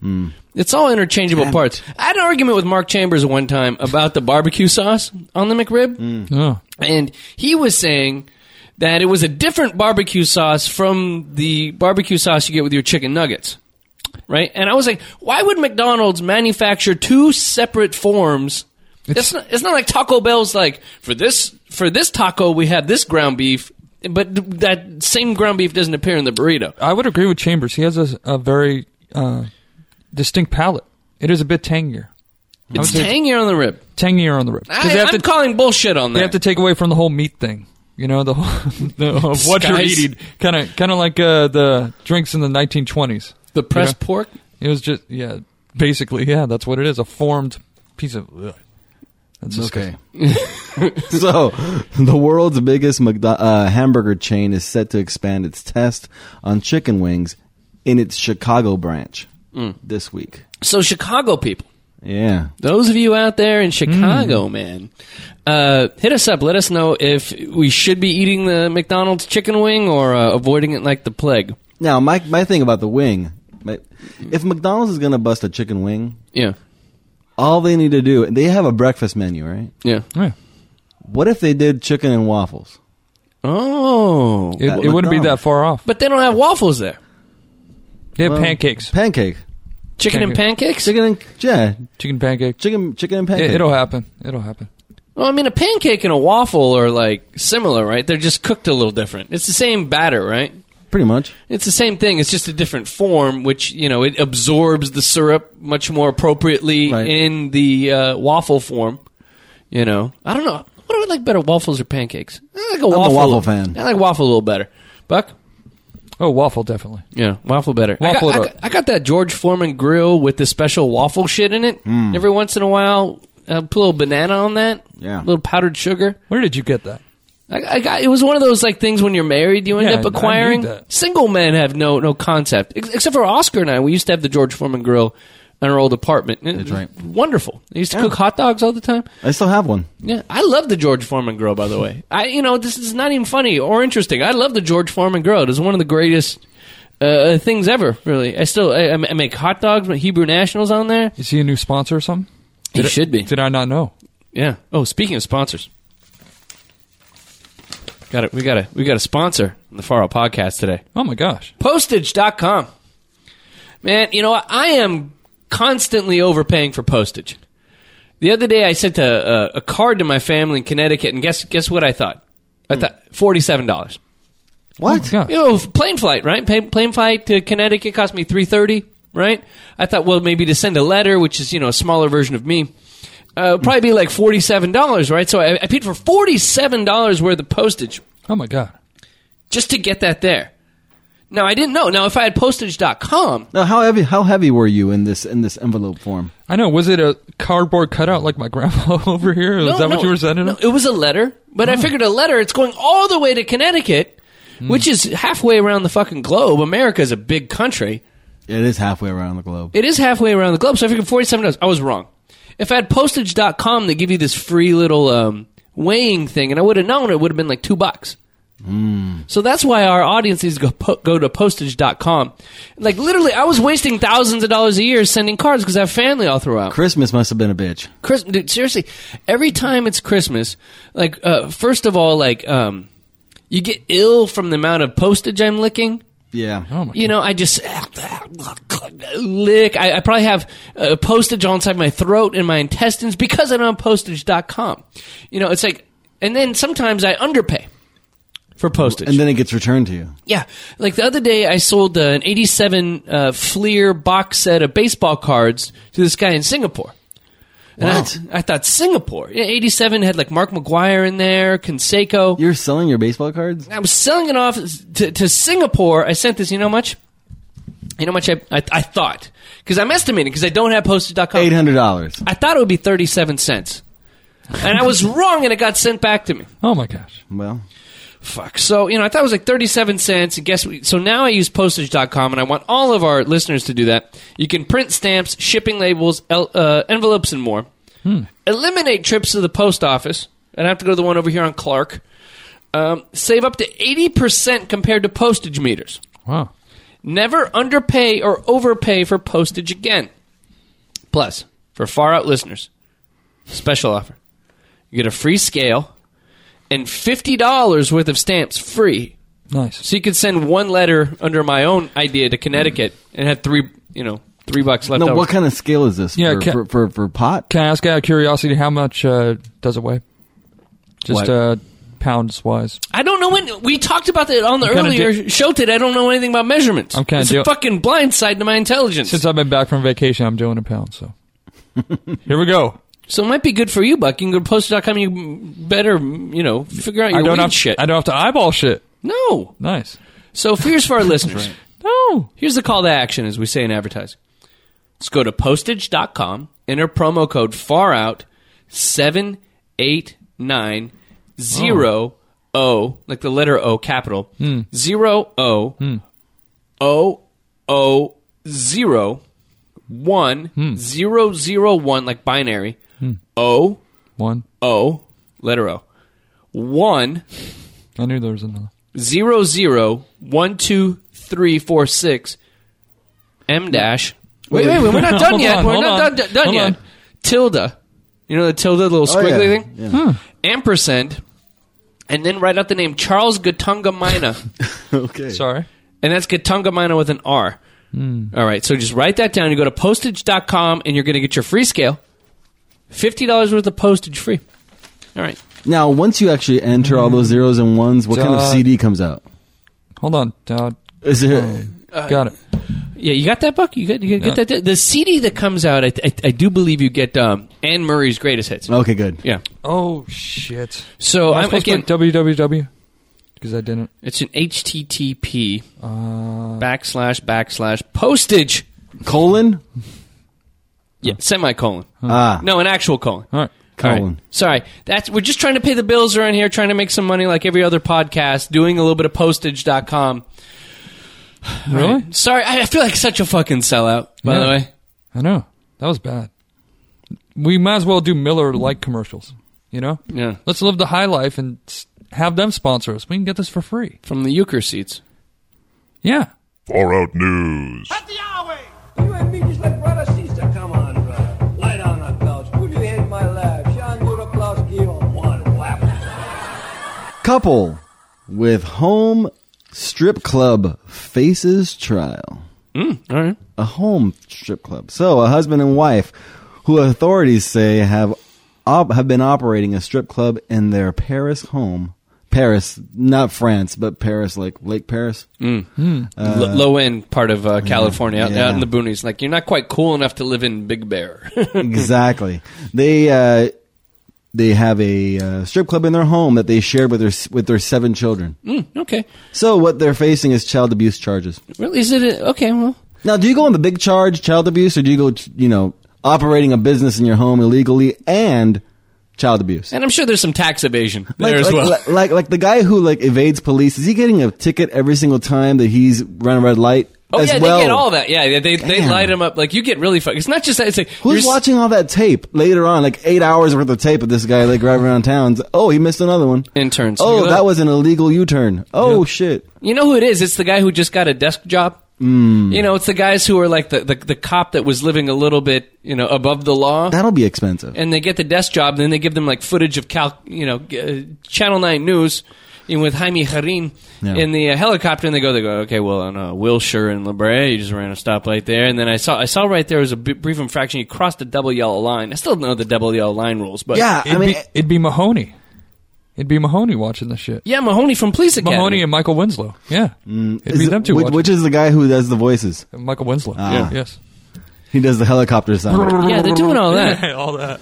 Speaker 1: Hmm. It's all interchangeable parts. I had an argument with Mark Chambers one time about the barbecue sauce on the McRib,
Speaker 2: Oh.
Speaker 1: and he was saying that it was a different barbecue sauce from the barbecue sauce you get with your chicken nuggets. Right? And I was like, why would McDonald's manufacture two separate forms? It's, not, it's not like Taco Bell's like for this for this taco we have this ground beef, but th- that same ground beef doesn't appear in the burrito.
Speaker 2: I would agree with Chambers. He has a, a very uh, distinct palate. It is a bit tangier. I would
Speaker 1: It's
Speaker 2: say
Speaker 1: tangier on the rib.
Speaker 2: tangier on the rib. 'Cause
Speaker 1: I,
Speaker 2: they have
Speaker 1: I'm
Speaker 2: to
Speaker 1: calling bullshit on
Speaker 2: they have
Speaker 1: that.
Speaker 2: to take away from the whole meat thing. You know the whole (laughs) the, of what you're
Speaker 1: Guys.
Speaker 2: eating, kind of kind of like uh, the drinks in the 1920s.
Speaker 1: the pressed
Speaker 2: Yeah.
Speaker 1: pork.
Speaker 2: It was just yeah, basically yeah. That's what it is—a formed piece of. Ugh. That's disgusting.
Speaker 3: Okay. (laughs) so, the world's biggest McDo- uh, hamburger chain is set to expand its test on chicken wings in its Chicago branch
Speaker 2: Mm.
Speaker 3: this week.
Speaker 1: So Chicago people,
Speaker 3: Yeah.
Speaker 1: those of you out there in Chicago, man, uh, hit us up. Let us know if we should be eating the McDonald's chicken wing or uh, avoiding it like the plague.
Speaker 3: Now, my my thing about the wing, my, if McDonald's is going to bust a chicken wing,
Speaker 1: Yeah,
Speaker 3: all they need to do, they have a breakfast menu, right?
Speaker 1: yeah.
Speaker 2: Yeah.
Speaker 3: What if they did chicken and waffles?
Speaker 1: Oh,
Speaker 2: It,
Speaker 3: At
Speaker 2: it wouldn't be
Speaker 3: McDonald's.
Speaker 2: that far off.
Speaker 1: but they don't have waffles there.
Speaker 2: They have
Speaker 3: Well,
Speaker 2: pancakes,
Speaker 3: Pancake.
Speaker 1: Chicken and pancakes.
Speaker 3: Chicken and yeah,
Speaker 2: chicken pancake.
Speaker 3: chicken chicken and pancake.
Speaker 2: It, it'll happen. It'll happen.
Speaker 1: Well, I mean, a pancake and a waffle are like similar, right? They're just cooked a little different. It's the same batter, right?
Speaker 3: pretty much.
Speaker 1: It's the same thing. It's just a different form, which you know it absorbs the syrup much more appropriately
Speaker 3: Right.
Speaker 1: in the uh, waffle form. You know, I don't know. What do I like better, waffles or pancakes? I like a waffle.
Speaker 3: waffle fan.
Speaker 1: I like waffle a little better. Buck,
Speaker 2: Oh, waffle definitely.
Speaker 1: yeah, waffle better. I
Speaker 2: Waffle it
Speaker 1: got, I
Speaker 2: up.
Speaker 1: got- I got that George Foreman grill with the special waffle shit in it.
Speaker 3: Hmm.
Speaker 1: Every once in a while, I put a little banana on that.
Speaker 3: Yeah.
Speaker 1: a little powdered sugar.
Speaker 2: Where did you get that?
Speaker 1: I, I got it was one of those like things when you're married you end
Speaker 2: Yeah,
Speaker 1: up
Speaker 2: I- I knew
Speaker 1: acquiring.
Speaker 2: that.
Speaker 1: Single men have no no concept Ex- except for Oscar and I. We used to have the George Foreman grill in our old apartment. And it
Speaker 3: That's
Speaker 1: was
Speaker 3: right.
Speaker 1: Wonderful. I used to cook hot dogs all the time.
Speaker 3: I still have one.
Speaker 1: Yeah, I love the George Foreman grill. By the way, I you know this is not even funny or interesting. I love the George Foreman grill. It is one of the greatest. Uh, things ever really. I still I, I make hot dogs, but Hebrew Nationals on there.
Speaker 2: You see a new sponsor or something?
Speaker 1: It should be.
Speaker 2: Did I not know?
Speaker 1: Yeah. Oh, speaking of sponsors, got it. We got a we got a sponsor in the Far Out podcast today.
Speaker 2: Oh my gosh.
Speaker 1: Postage.com. Man, you know what? I am constantly overpaying for postage. The other day, I sent a, a, a card to my family in Connecticut, and guess guess what I thought? I thought forty seven dollars.
Speaker 3: What?
Speaker 2: God.
Speaker 1: You know, plane flight, right? Plane, plane flight to Connecticut cost me three thirty, right? I thought, well, maybe to send a letter, which is you know a smaller version of me, uh, would probably be like forty seven dollars, right? So I, I paid for forty seven dollars worth of postage
Speaker 2: Oh my god.
Speaker 1: just to get that there. Now I didn't know. Now if I had postage.com,
Speaker 3: Now, how heavy how heavy were you in this in this envelope form?
Speaker 2: I know. Was it a cardboard cutout like my (laughs) grandpa over here? Is
Speaker 1: no,
Speaker 2: that
Speaker 1: no,
Speaker 2: what you were sending? Oh.
Speaker 1: no, it
Speaker 2: him?
Speaker 1: was a letter, but I figured a letter. It's going all the way to Connecticut,
Speaker 2: Hmm.
Speaker 1: which is halfway around the fucking globe. America is a big country.
Speaker 3: It is halfway around the globe.
Speaker 1: It is halfway around the globe, so I figured forty-seven dollars. I was wrong. If I had postage.com, they give you this free little um, weighing thing, and I would have known it would have been like two bucks. So that's why our audience needs to go, po- go to postage.com. Like, literally, I was wasting thousands of dollars a year sending cards because I have family all throughout.
Speaker 3: Christmas must have been a bitch.
Speaker 1: Chris, dude, seriously, every time it's Christmas, like uh, first of all, like um, you get ill from the amount of postage I'm licking.
Speaker 3: Yeah.
Speaker 2: Oh my.
Speaker 1: You know, I just lick. I, I probably have uh, postage all inside my throat and my intestines because I don't have postage.com. You know, it's like, and then sometimes I underpay for postage.
Speaker 3: And then it gets returned to you.
Speaker 1: Yeah, like the other day, I sold uh, an '87 uh, Fleer box set of baseball cards to this guy in Singapore. And I-
Speaker 3: What?
Speaker 1: I, thought Singapore. Yeah, '87 had like Mark McGuire in there, Conseco.
Speaker 3: You're selling your baseball cards?
Speaker 1: I was selling it off to, to Singapore. I sent this. You know how much? You know how much I I, I thought because I'm estimating because I don't have postage.com.
Speaker 3: Eight hundred dollars.
Speaker 1: I thought it would be 37 cents, and I was wrong, and it got sent back to me.
Speaker 2: Oh my gosh.
Speaker 3: Well,
Speaker 1: Fuck. So, you know, I thought it was like 37 cents. And guess what? So now I use postage.com, and I want all of our listeners to do that. You can print stamps, shipping labels, el- uh, envelopes, and more. Eliminate trips to the post office. And I have to go to the one over here on Clark. Um, save up to 80% compared to postage meters.
Speaker 2: Wow.
Speaker 1: Never underpay or overpay for postage again. Plus, for far out listeners, special offer. You get a free scale and $50 worth of stamps free.
Speaker 2: Nice.
Speaker 1: So you could send one letter under my own idea to Connecticut and have three, you know, three bucks left
Speaker 3: no.
Speaker 1: over.
Speaker 3: What kind of scale is this?
Speaker 2: Yeah,
Speaker 3: for,
Speaker 2: ca-
Speaker 3: for, for for pot.
Speaker 2: Can I ask out of curiosity how much uh, does it weigh? Just
Speaker 1: What?
Speaker 2: uh, pounds wise.
Speaker 1: I don't know when we talked about that on the
Speaker 2: kinda
Speaker 1: earlier
Speaker 2: di-
Speaker 1: show today. I don't know anything about measurements.
Speaker 2: I'm kinda
Speaker 1: it's
Speaker 2: deal-
Speaker 1: a fucking blind side to my intelligence.
Speaker 2: Since I've been back from vacation, I'm doing a pound. So (laughs) here we go.
Speaker 1: so it might be good for you, Buck. You can go to post.com. You better, you know, figure out your
Speaker 2: I don't
Speaker 1: weed
Speaker 2: have
Speaker 1: shit.
Speaker 2: I don't have to eyeball shit.
Speaker 1: no.
Speaker 2: Nice.
Speaker 1: So here's for our listeners.
Speaker 2: No.
Speaker 1: Here's the call to action, as we say in advertising. Let's go to postage.com, enter promo code far out seven eight nine zero O, like the letter O capital, zero O O O zero one zero zero one, like binary, O
Speaker 2: One.
Speaker 1: O, letter O, one
Speaker 2: I knew there was another.
Speaker 1: zero zero one two three four six M dash. Wait, wait, wait. We're not done
Speaker 2: Hold
Speaker 1: yet.
Speaker 2: on,
Speaker 1: we're
Speaker 2: hold
Speaker 1: not
Speaker 2: on.
Speaker 1: done, done
Speaker 2: Hold
Speaker 1: yet.
Speaker 2: on.
Speaker 1: Tilde. You know the tilde, the little
Speaker 3: Oh, yeah.
Speaker 1: squiggly thing.
Speaker 3: Yeah.
Speaker 2: Hmm?
Speaker 1: Ampersand, and then write out the name Charles Gatunga (laughs) Mina,
Speaker 3: Okay.
Speaker 2: Sorry.
Speaker 1: and that's Gatunga Mina with an R. All right, so just write that down. You go to postage.com and you're going to get your free scale. $50 worth of postage free. All right.
Speaker 3: Now, once you actually enter all those zeros and ones, what kind of
Speaker 2: Dot.
Speaker 3: CD comes out?
Speaker 2: Hold on. Uh,
Speaker 3: Is it?
Speaker 1: Uh,
Speaker 2: got it.
Speaker 1: Yeah, you got that book? You got, you got that? The CD that comes out, I, I, I do believe you get um, Anne Murray's greatest hits.
Speaker 3: Okay, good.
Speaker 1: Yeah.
Speaker 2: Oh shit.
Speaker 1: So
Speaker 2: Am I
Speaker 1: I'm
Speaker 2: supposed
Speaker 1: again,
Speaker 2: to put www because I didn't.
Speaker 1: it's an HTTP
Speaker 2: Uh.
Speaker 1: backslash backslash postage.
Speaker 2: Hmm.
Speaker 3: Colon.
Speaker 1: Yeah, semicolon.
Speaker 3: Ah,
Speaker 1: No, an actual colon.
Speaker 2: All right.
Speaker 3: colon.
Speaker 1: All right. Sorry, that's we're just trying to pay the bills around here, trying to make some money like every other podcast, doing a little bit of postage.com.
Speaker 2: Really?
Speaker 1: Sorry, I I feel like such a fucking sellout. By
Speaker 2: Yeah.
Speaker 1: the way,
Speaker 2: I know that was bad. We might as well do Miller Lite commercials. You know.
Speaker 1: yeah,
Speaker 2: Let's live the high life and s- have them sponsor us. We can get this for free.
Speaker 1: from the euchre seats.
Speaker 2: Yeah.
Speaker 5: Far Out News.
Speaker 6: At the highway.
Speaker 8: You and me just like brother sister. Come on, brother. Lie down on couch. Would you hit my lap? Sean Buraplowski on one whap.
Speaker 3: Couple with home strip club faces trial.
Speaker 1: All right.
Speaker 3: a home strip club. So, a husband and wife who authorities say have op- have been operating a strip club in their Paris home. Paris, not France, but Paris, like Lake Paris.
Speaker 1: L- low end part of uh, California, out,
Speaker 3: Uh, yeah.
Speaker 1: out in the boonies. Like you're not quite cool enough to live in Big Bear.
Speaker 3: Mm. exactly. They uh, they have a uh, strip club in their home that they shared with their s- with their seven children.
Speaker 1: (laughs) okay,
Speaker 3: So, what they're facing is child abuse charges.
Speaker 1: really? Is it a, okay? Well,
Speaker 3: Now, do you go on the big charge, child abuse, or do you go, t- you know, operating a business in your home illegally and child abuse?
Speaker 1: and I'm sure there's some tax evasion
Speaker 3: like,
Speaker 1: there as
Speaker 3: like,
Speaker 1: well.
Speaker 3: Like, like like the guy who like evades police, is he getting a ticket every single time that he's run a red light?
Speaker 1: Oh
Speaker 3: as
Speaker 1: yeah,
Speaker 3: well?
Speaker 1: they get all that. Yeah, yeah, they they
Speaker 3: Damn.
Speaker 1: light them up. Like you get really fucked. It's not just that. It's like
Speaker 3: Who's
Speaker 1: you're s-
Speaker 3: watching all that tape later on? Like eight hours worth of tape of this guy like driving around towns. Oh, he missed another one.
Speaker 1: Interns. Look
Speaker 3: Oh,
Speaker 1: at
Speaker 3: that
Speaker 1: that.
Speaker 3: was an illegal U-turn. Oh shit.
Speaker 1: You know who it is? It's the guy who just got a desk job. Mm. You know, it's the guys who are like the, the the cop that was living a little bit you know above the law.
Speaker 3: That'll be expensive.
Speaker 1: and they get the desk job, and then they give them like footage of Cal, you know, g- uh, Channel Nine News, in with Jaime Jarin
Speaker 3: Yeah.
Speaker 1: in the uh, helicopter, and they go, they go, okay, well, on uh, Wilshire and La Brea, you just ran a stoplight there, and then I saw, I saw right there was a b- brief infraction. You crossed the double yellow line. I still don't know the double yellow line rules, but
Speaker 3: Yeah,
Speaker 2: It'd,
Speaker 3: I mean,
Speaker 2: be, it'd be Mahoney. It'd be Mahoney watching this shit.
Speaker 1: yeah, Mahoney from Police Academy.
Speaker 2: Mahoney and Michael Winslow. Yeah. it'd
Speaker 3: Mm, is
Speaker 2: be
Speaker 3: it-
Speaker 2: them two
Speaker 3: which,
Speaker 2: watching.
Speaker 3: which is the guy who does the voices?
Speaker 2: Michael Winslow.
Speaker 3: Ah.
Speaker 2: yeah. Yes.
Speaker 3: He does the helicopter
Speaker 1: (laughs)
Speaker 3: sound.
Speaker 1: yeah, they're doing all that.
Speaker 2: (laughs) all that.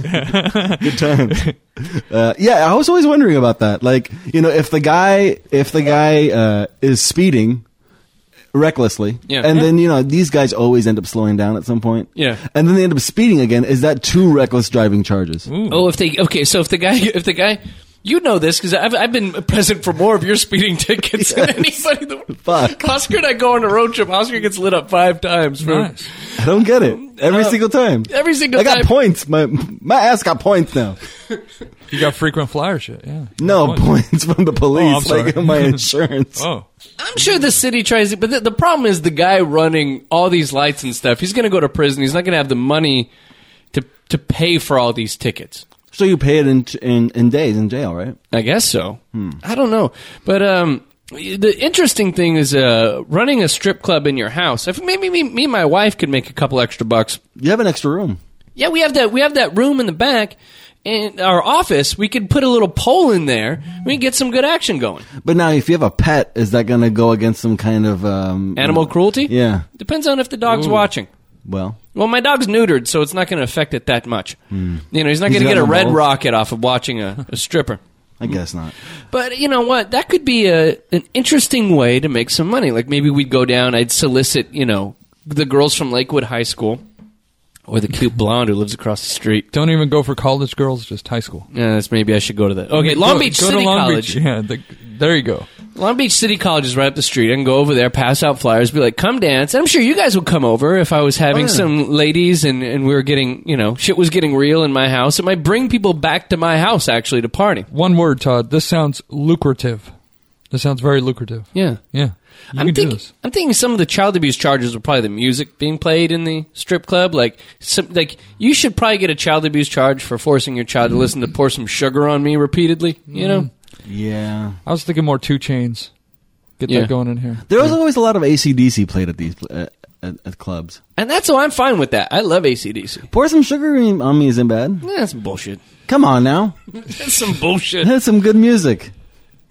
Speaker 3: Good time. uh, yeah, I was always wondering about that. Like, you know, if the guy if the guy uh, is speeding recklessly,
Speaker 1: Yeah.
Speaker 3: and
Speaker 1: Yeah.
Speaker 3: then you know these guys always end up slowing down at some point.
Speaker 1: Yeah.
Speaker 3: and then they end up speeding again. Is that two reckless driving charges?
Speaker 1: Oh, if they okay, so if the guy, if the guy, you know this because I've, I've been present for more of your speeding (laughs) tickets than
Speaker 3: Yes.
Speaker 1: anybody. in the world.
Speaker 3: Fuck.
Speaker 1: Oscar and I go on a road trip. Oscar gets lit up five times. For,
Speaker 2: nice.
Speaker 3: I don't get it. Every single time.
Speaker 1: Um, uh, Every single
Speaker 3: I got
Speaker 1: time.
Speaker 3: points. My my ass got points now.
Speaker 2: You got frequent flyer shit. Yeah.
Speaker 3: No
Speaker 2: Good point.
Speaker 3: points from the police,
Speaker 2: Oh, I'm
Speaker 3: like
Speaker 1: (laughs)
Speaker 2: sorry.
Speaker 3: my insurance.
Speaker 2: Oh.
Speaker 1: I'm sure the city tries it, but the, the problem is the guy running all these lights and stuff. He's going to go to prison. He's not going to have the money to to pay for all these tickets.
Speaker 3: So you pay it in, in in days in jail, right?
Speaker 1: I guess so.
Speaker 3: Hmm.
Speaker 1: I don't know, but um, the interesting thing is uh, running a strip club in your house. If maybe me, me and my wife could make a couple extra bucks.
Speaker 3: You have an extra room.
Speaker 1: Yeah, we have that. We have that room in the back. In our office, we could put a little pole in there. We can get some good action going.
Speaker 3: But now, if you have a pet, is that going to go against some kind of um,
Speaker 1: Animal cruelty?
Speaker 3: Yeah.
Speaker 1: Depends on if the dog's watching.
Speaker 3: Well,
Speaker 1: Well, my dog's neutered, so it's not going to affect it that much.
Speaker 2: Hmm.
Speaker 1: You know, he's not
Speaker 3: He's
Speaker 1: going to
Speaker 3: got
Speaker 1: get a
Speaker 3: no
Speaker 1: red
Speaker 3: balls.
Speaker 1: rocket off of watching a, a stripper.
Speaker 3: I guess not.
Speaker 1: But you know what? That could be a an interesting way to make some money. Like maybe we'd go down. I'd solicit, you know, the girls from Lakewood High School, or the cute blonde who lives across the street.
Speaker 2: Don't even go for college girls, just high school.
Speaker 1: Yeah, that's maybe I should go to that. Okay, Long
Speaker 2: Go-
Speaker 1: Beach
Speaker 2: go to
Speaker 1: City
Speaker 2: Long
Speaker 1: College.
Speaker 2: Beach. Yeah. The, there you go.
Speaker 1: Long Beach City College is right up the street. I can go over there, pass out flyers, be like, "Come dance." And I'm sure you guys would come over if I was having
Speaker 3: Oh, yeah.
Speaker 1: some ladies and, and we were getting, you know, shit was getting real in my house. It might bring people back to my house actually to party.
Speaker 2: One word, Todd. This sounds lucrative. This sounds very lucrative.
Speaker 1: Yeah.
Speaker 2: Yeah. You
Speaker 1: I'm
Speaker 2: can do
Speaker 1: thinking,
Speaker 2: this.
Speaker 1: I'm thinking some of the child abuse charges are probably the music being played in the strip club. Like, some, like you should probably get a child abuse charge for forcing your child to listen to "Pour Some Sugar on Me" repeatedly. You know,
Speaker 3: Yeah.
Speaker 2: I was thinking more two chains. Get
Speaker 1: Yeah.
Speaker 2: that going in here.
Speaker 3: There was always a lot of ACDC played at these uh, at, at clubs.
Speaker 1: and that's why I'm fine with that. I love ACDC.
Speaker 3: Pour some sugar in- on me isn't bad.
Speaker 1: That's bullshit.
Speaker 3: Come on now,
Speaker 1: That's some bullshit.
Speaker 3: that's some good music.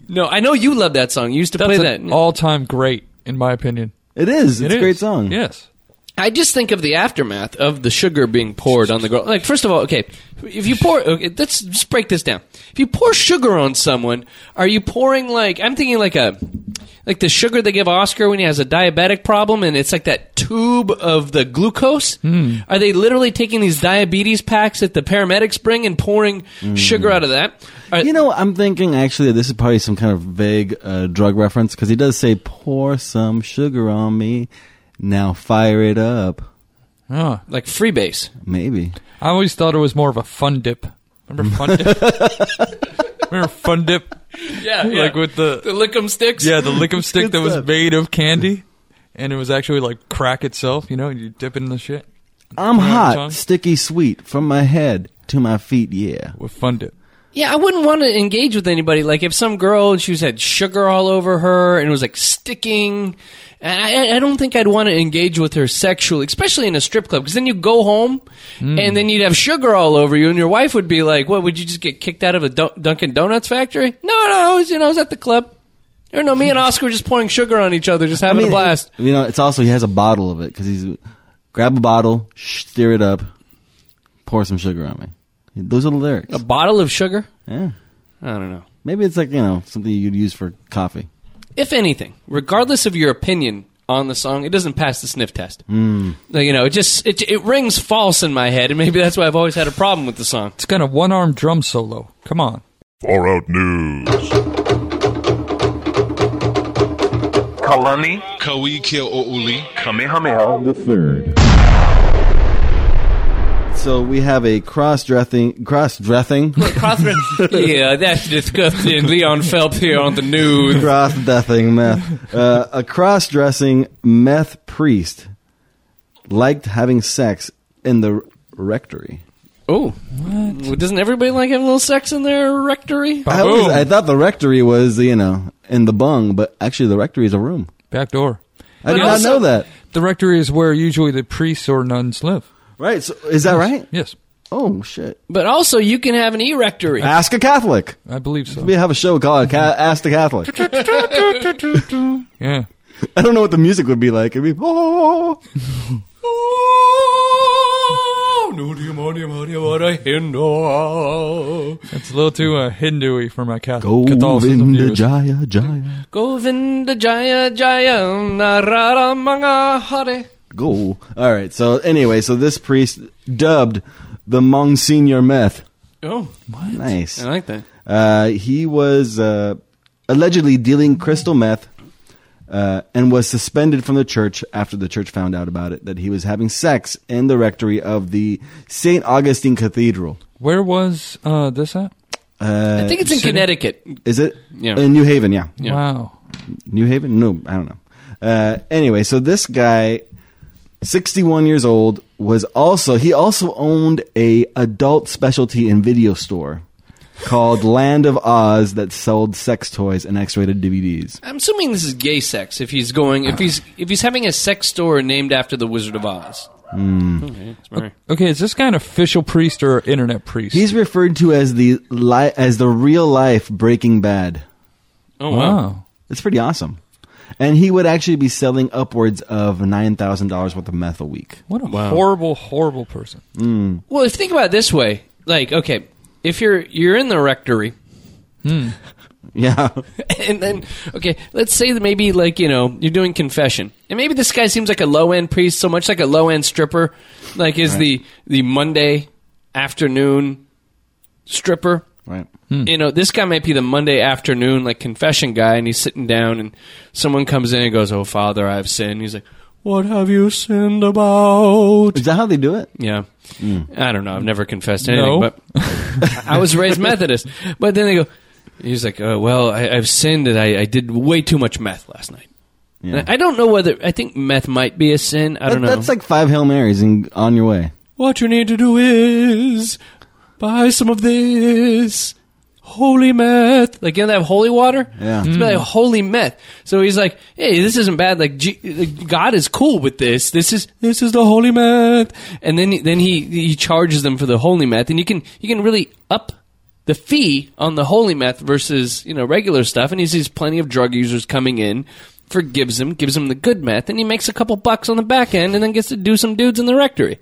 Speaker 1: No, I know you love that song. You used to play that.
Speaker 2: an all-time great, in my opinion.
Speaker 3: It is. It's
Speaker 2: It
Speaker 3: a great
Speaker 2: is.
Speaker 3: song.
Speaker 2: Yes.
Speaker 1: I just think of the aftermath of the sugar being poured on the girl. Like, first of all, okay, if you pour, okay, let's just break this down. If you pour sugar on someone, are you pouring like I'm thinking like a like the sugar they give Oscar when he has a diabetic problem, and it's like that tube of the glucose.
Speaker 3: Hmm.
Speaker 1: Are they literally taking these diabetes packs that the paramedics bring and pouring sugar out of that? Are-
Speaker 3: Hmm. You know, I'm thinking actually this is probably some kind of vague uh, drug reference because he does say pour some sugar on me. Now fire it up.
Speaker 2: Ah.
Speaker 1: like freebase.
Speaker 3: Maybe.
Speaker 2: I always thought it was more of a fun dip. Remember fun dip?
Speaker 3: (laughs)
Speaker 2: Remember fun dip?
Speaker 1: Yeah,
Speaker 2: Like with
Speaker 1: the
Speaker 2: the
Speaker 1: lick'em sticks.
Speaker 2: yeah the lick'em stick that was
Speaker 3: stuff.
Speaker 2: made of candy, and it was actually like crack itself. You know, you dip it in the shit
Speaker 3: I'm
Speaker 2: on your
Speaker 3: hot,
Speaker 2: tongue?
Speaker 3: sticky sweet from my head to my feet. Yeah.
Speaker 2: with fun dip.
Speaker 1: Yeah, I wouldn't want to engage with anybody. Like if some girl and she was had sugar all over her and it was like sticking, and I, I don't think I'd want to engage with her sexually, especially in a strip club, because then you go home and then you'd have sugar all over you, and your wife would be like, "What? Would you just get kicked out of a Dun- Dunkin' Donuts factory?" No, no, I was, you know, I was at the club. You know, me and Oscar were just pouring sugar on each other, just having a blast.
Speaker 3: You know, it's also he has a bottle of it because he's grab a bottle, stir it up, pour some sugar on me. Those are the lyrics.
Speaker 1: A bottle of sugar?
Speaker 3: Yeah,
Speaker 1: I don't know.
Speaker 3: maybe it's like you know something you'd use for coffee.
Speaker 1: if anything, regardless of your opinion on the song, it doesn't pass the sniff test. Mm. You know, it just it, it rings false in my head, and maybe that's why I've always had a problem with the song.
Speaker 2: It's got a one armed drum solo. Come on,
Speaker 5: Far Out News.
Speaker 9: Kalani
Speaker 10: Kawikil Ouli.
Speaker 9: Kamehameha the Third.
Speaker 3: So we have a cross dressing, cross (laughs) dressing,
Speaker 1: (laughs) yeah, that's disgusting. Leon Phelps here on the news.
Speaker 3: cross dressing meth, uh, a cross dressing meth priest liked having sex in the rectory.
Speaker 1: Oh, what? doesn't everybody like having a little sex in their rectory?
Speaker 3: I, always- I thought the rectory was, you know, in the bung, but actually the rectory is a room.
Speaker 2: Back door.
Speaker 3: I did not know that.
Speaker 2: The rectory is where usually the priests or nuns live.
Speaker 3: Right. So is that right?
Speaker 2: Yes.
Speaker 3: Oh shit!
Speaker 1: But also, you can have an erectory.
Speaker 3: Ask a Catholic.
Speaker 2: I believe so.
Speaker 3: We have a show called Ca- Ask the (laughs) Catholic.
Speaker 2: Yeah.
Speaker 3: I don't know what the music would be like. It'd be oh,
Speaker 1: Oh,
Speaker 2: It's a little too uh, Hindu for my Catholic
Speaker 3: oh."
Speaker 2: Catholicism
Speaker 3: Govinda
Speaker 2: views.
Speaker 3: Jaya Jaya,
Speaker 1: Govinda Jaya Jaya Narada Manga Hare.
Speaker 3: go. All right. So anyway, so this priest dubbed the Monsignor Meth.
Speaker 1: Oh, what?
Speaker 3: Nice.
Speaker 1: I like that.
Speaker 3: Uh, he was uh, allegedly dealing crystal meth uh, and was suspended from the church after the church found out about it that he was having sex in the rectory of the St. Augustine Cathedral.
Speaker 2: Where was uh, this at?
Speaker 3: Uh,
Speaker 1: I think it's in Connecticut.
Speaker 3: Is it?
Speaker 1: Yeah.
Speaker 3: In New Haven, yeah.
Speaker 1: Yeah.
Speaker 2: Wow.
Speaker 3: New Haven? No, I don't know. Uh, anyway, so this guy, 61 years old, was also, he also owned a adult specialty and video store called Land of Oz that sold sex toys and X-rated DVDs.
Speaker 1: I'm assuming this is gay sex. If he's going, if he's if he's having a sex store named after the Wizard of Oz. Okay, that's very-
Speaker 2: Okay, is this guy an official priest or internet priest?
Speaker 3: He's referred to as the li- as the real life Breaking Bad.
Speaker 1: Oh wow.
Speaker 2: wow.
Speaker 3: It's pretty awesome. And he would actually be selling upwards of $9,000 worth of meth a week. (laughs)
Speaker 2: What a horrible, horrible person.
Speaker 1: Well, if you think about it this way, like okay, if you're you're in the rectory, (laughs)
Speaker 3: Yeah.
Speaker 1: and then okay, let's say that maybe like you know you're doing confession, and maybe this guy seems like a low end priest, so much like a low end stripper, like is the the Monday afternoon stripper.
Speaker 3: right.
Speaker 1: You know, this guy might be the Monday afternoon like confession guy, and he's sitting down, and someone comes in and goes, "Oh, Father, I've sinned." He's like, "What have you sinned about?"
Speaker 3: Is that how they do it?
Speaker 1: Yeah,
Speaker 3: Hmm.
Speaker 1: I don't know. I've never confessed anything,
Speaker 2: No.
Speaker 1: but (laughs) I was raised Methodist. But then they go, he's like, oh, "Well, I, I've sinned, and I, I did way too much meth last night."
Speaker 3: Yeah.
Speaker 1: And I don't know whether I think meth might be a sin. I don't
Speaker 3: That-
Speaker 1: know.
Speaker 3: That's like five Hail Marys and on your way.
Speaker 1: What you need to do is buy some of this holy meth. Like, you know, they have holy water?
Speaker 3: Yeah.
Speaker 1: It's like holy meth. So he's like, hey, this isn't bad. Like, G- like, God is cool with this. This is this is the holy meth. And then then he he charges them for the holy meth, and you can you can really up the fee on the holy meth versus you know regular stuff. And he sees plenty of drug users coming in. Forgives him, gives him the good meth, and he makes a couple bucks on the back end, and then gets to do some dudes in the rectory.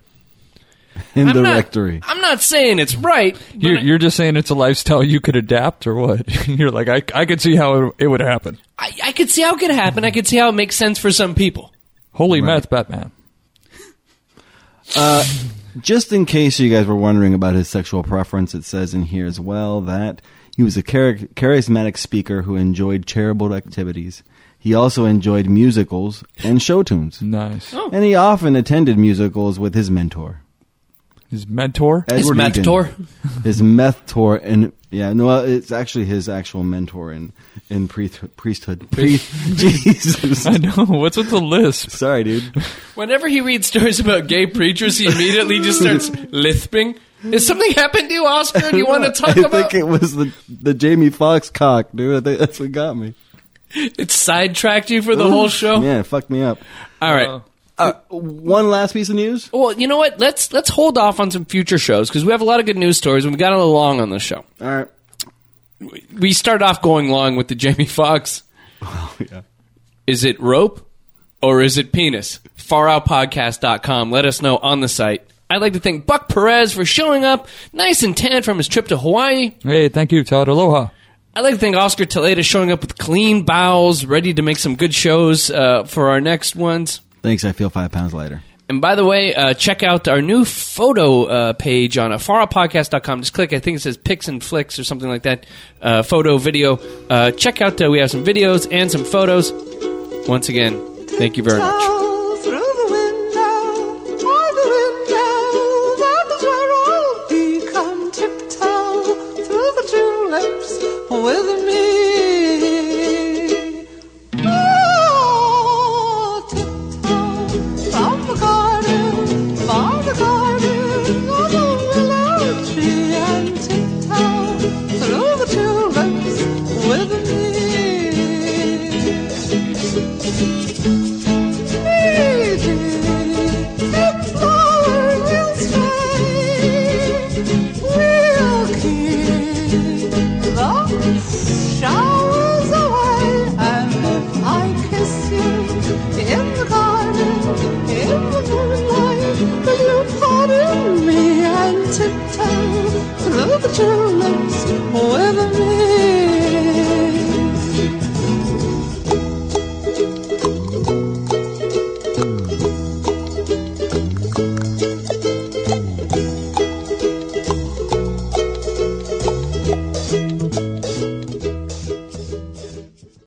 Speaker 3: In the
Speaker 1: I'm not-
Speaker 3: rectory.
Speaker 1: I'm not saying it's right. but
Speaker 2: You're,
Speaker 1: I-
Speaker 2: you're just saying it's a lifestyle you could adapt or what? (laughs) you're like, I, I could see how it, it would happen.
Speaker 1: I, I could see how it could happen. I could see how it makes sense for some people.
Speaker 2: Holy meth, Batman.
Speaker 3: Just in case you guys were wondering about his sexual preference, it says in here as well that he was a char- charismatic speaker who enjoyed charitable activities. He also enjoyed musicals and show tunes.
Speaker 2: Nice.
Speaker 1: Oh.
Speaker 3: And he often attended musicals with his mentor.
Speaker 2: His mentor? (laughs)
Speaker 1: His
Speaker 3: Edward Egan.
Speaker 1: mentor?
Speaker 3: (laughs) His meth tour and yeah, no, well, it's actually his actual mentor in in priest,
Speaker 1: (laughs)
Speaker 3: priesthood. Priest, (laughs) Jesus,
Speaker 2: I know. What's with the lisp?
Speaker 3: sorry, dude.
Speaker 1: Whenever he reads stories about gay preachers, he immediately
Speaker 3: (laughs)
Speaker 1: just starts lisping. Has something happened to you, Oscar? Do (laughs) you want to talk
Speaker 3: I
Speaker 1: about?
Speaker 3: think it was the the Jamie Foxx cock, dude. I think that's what got me.
Speaker 1: It sidetracked you for the whole show.
Speaker 3: Yeah, it fucked me up.
Speaker 1: All right.
Speaker 3: Uh, one last piece of news.
Speaker 1: well, you know what? Let's let's hold off on some future shows because we have a lot of good news stories. and We've got a little long on this show.
Speaker 3: All right.
Speaker 1: We start off going long with the Jamie (laughs) Foxx.
Speaker 3: yeah.
Speaker 1: Is it rope or is it penis? FarOutPodcast.com. Let us know on the site. I'd like to thank Buck Perez for showing up nice and tan from his trip to Hawaii.
Speaker 2: Hey, thank you, Todd. Aloha.
Speaker 1: I'd like to thank Oscar Taleda showing up with clean bowels, ready to make some good shows uh, for our next ones.
Speaker 3: Thanks. I feel five pounds lighter.
Speaker 1: And by the way, uh, check out our new photo uh, page on afaropodcast.com. Just click, I think it says pics and flicks or something like that. Uh, photo, video. Uh, check out, uh, we have some videos and some photos. Once again, thank you very much.
Speaker 4: Through the window, out the window, that is where I'll be. Come tiptoe through the tulips with me. Oh, tiptoe from the garden, from the garden, of the willow tiptoe through the tulips.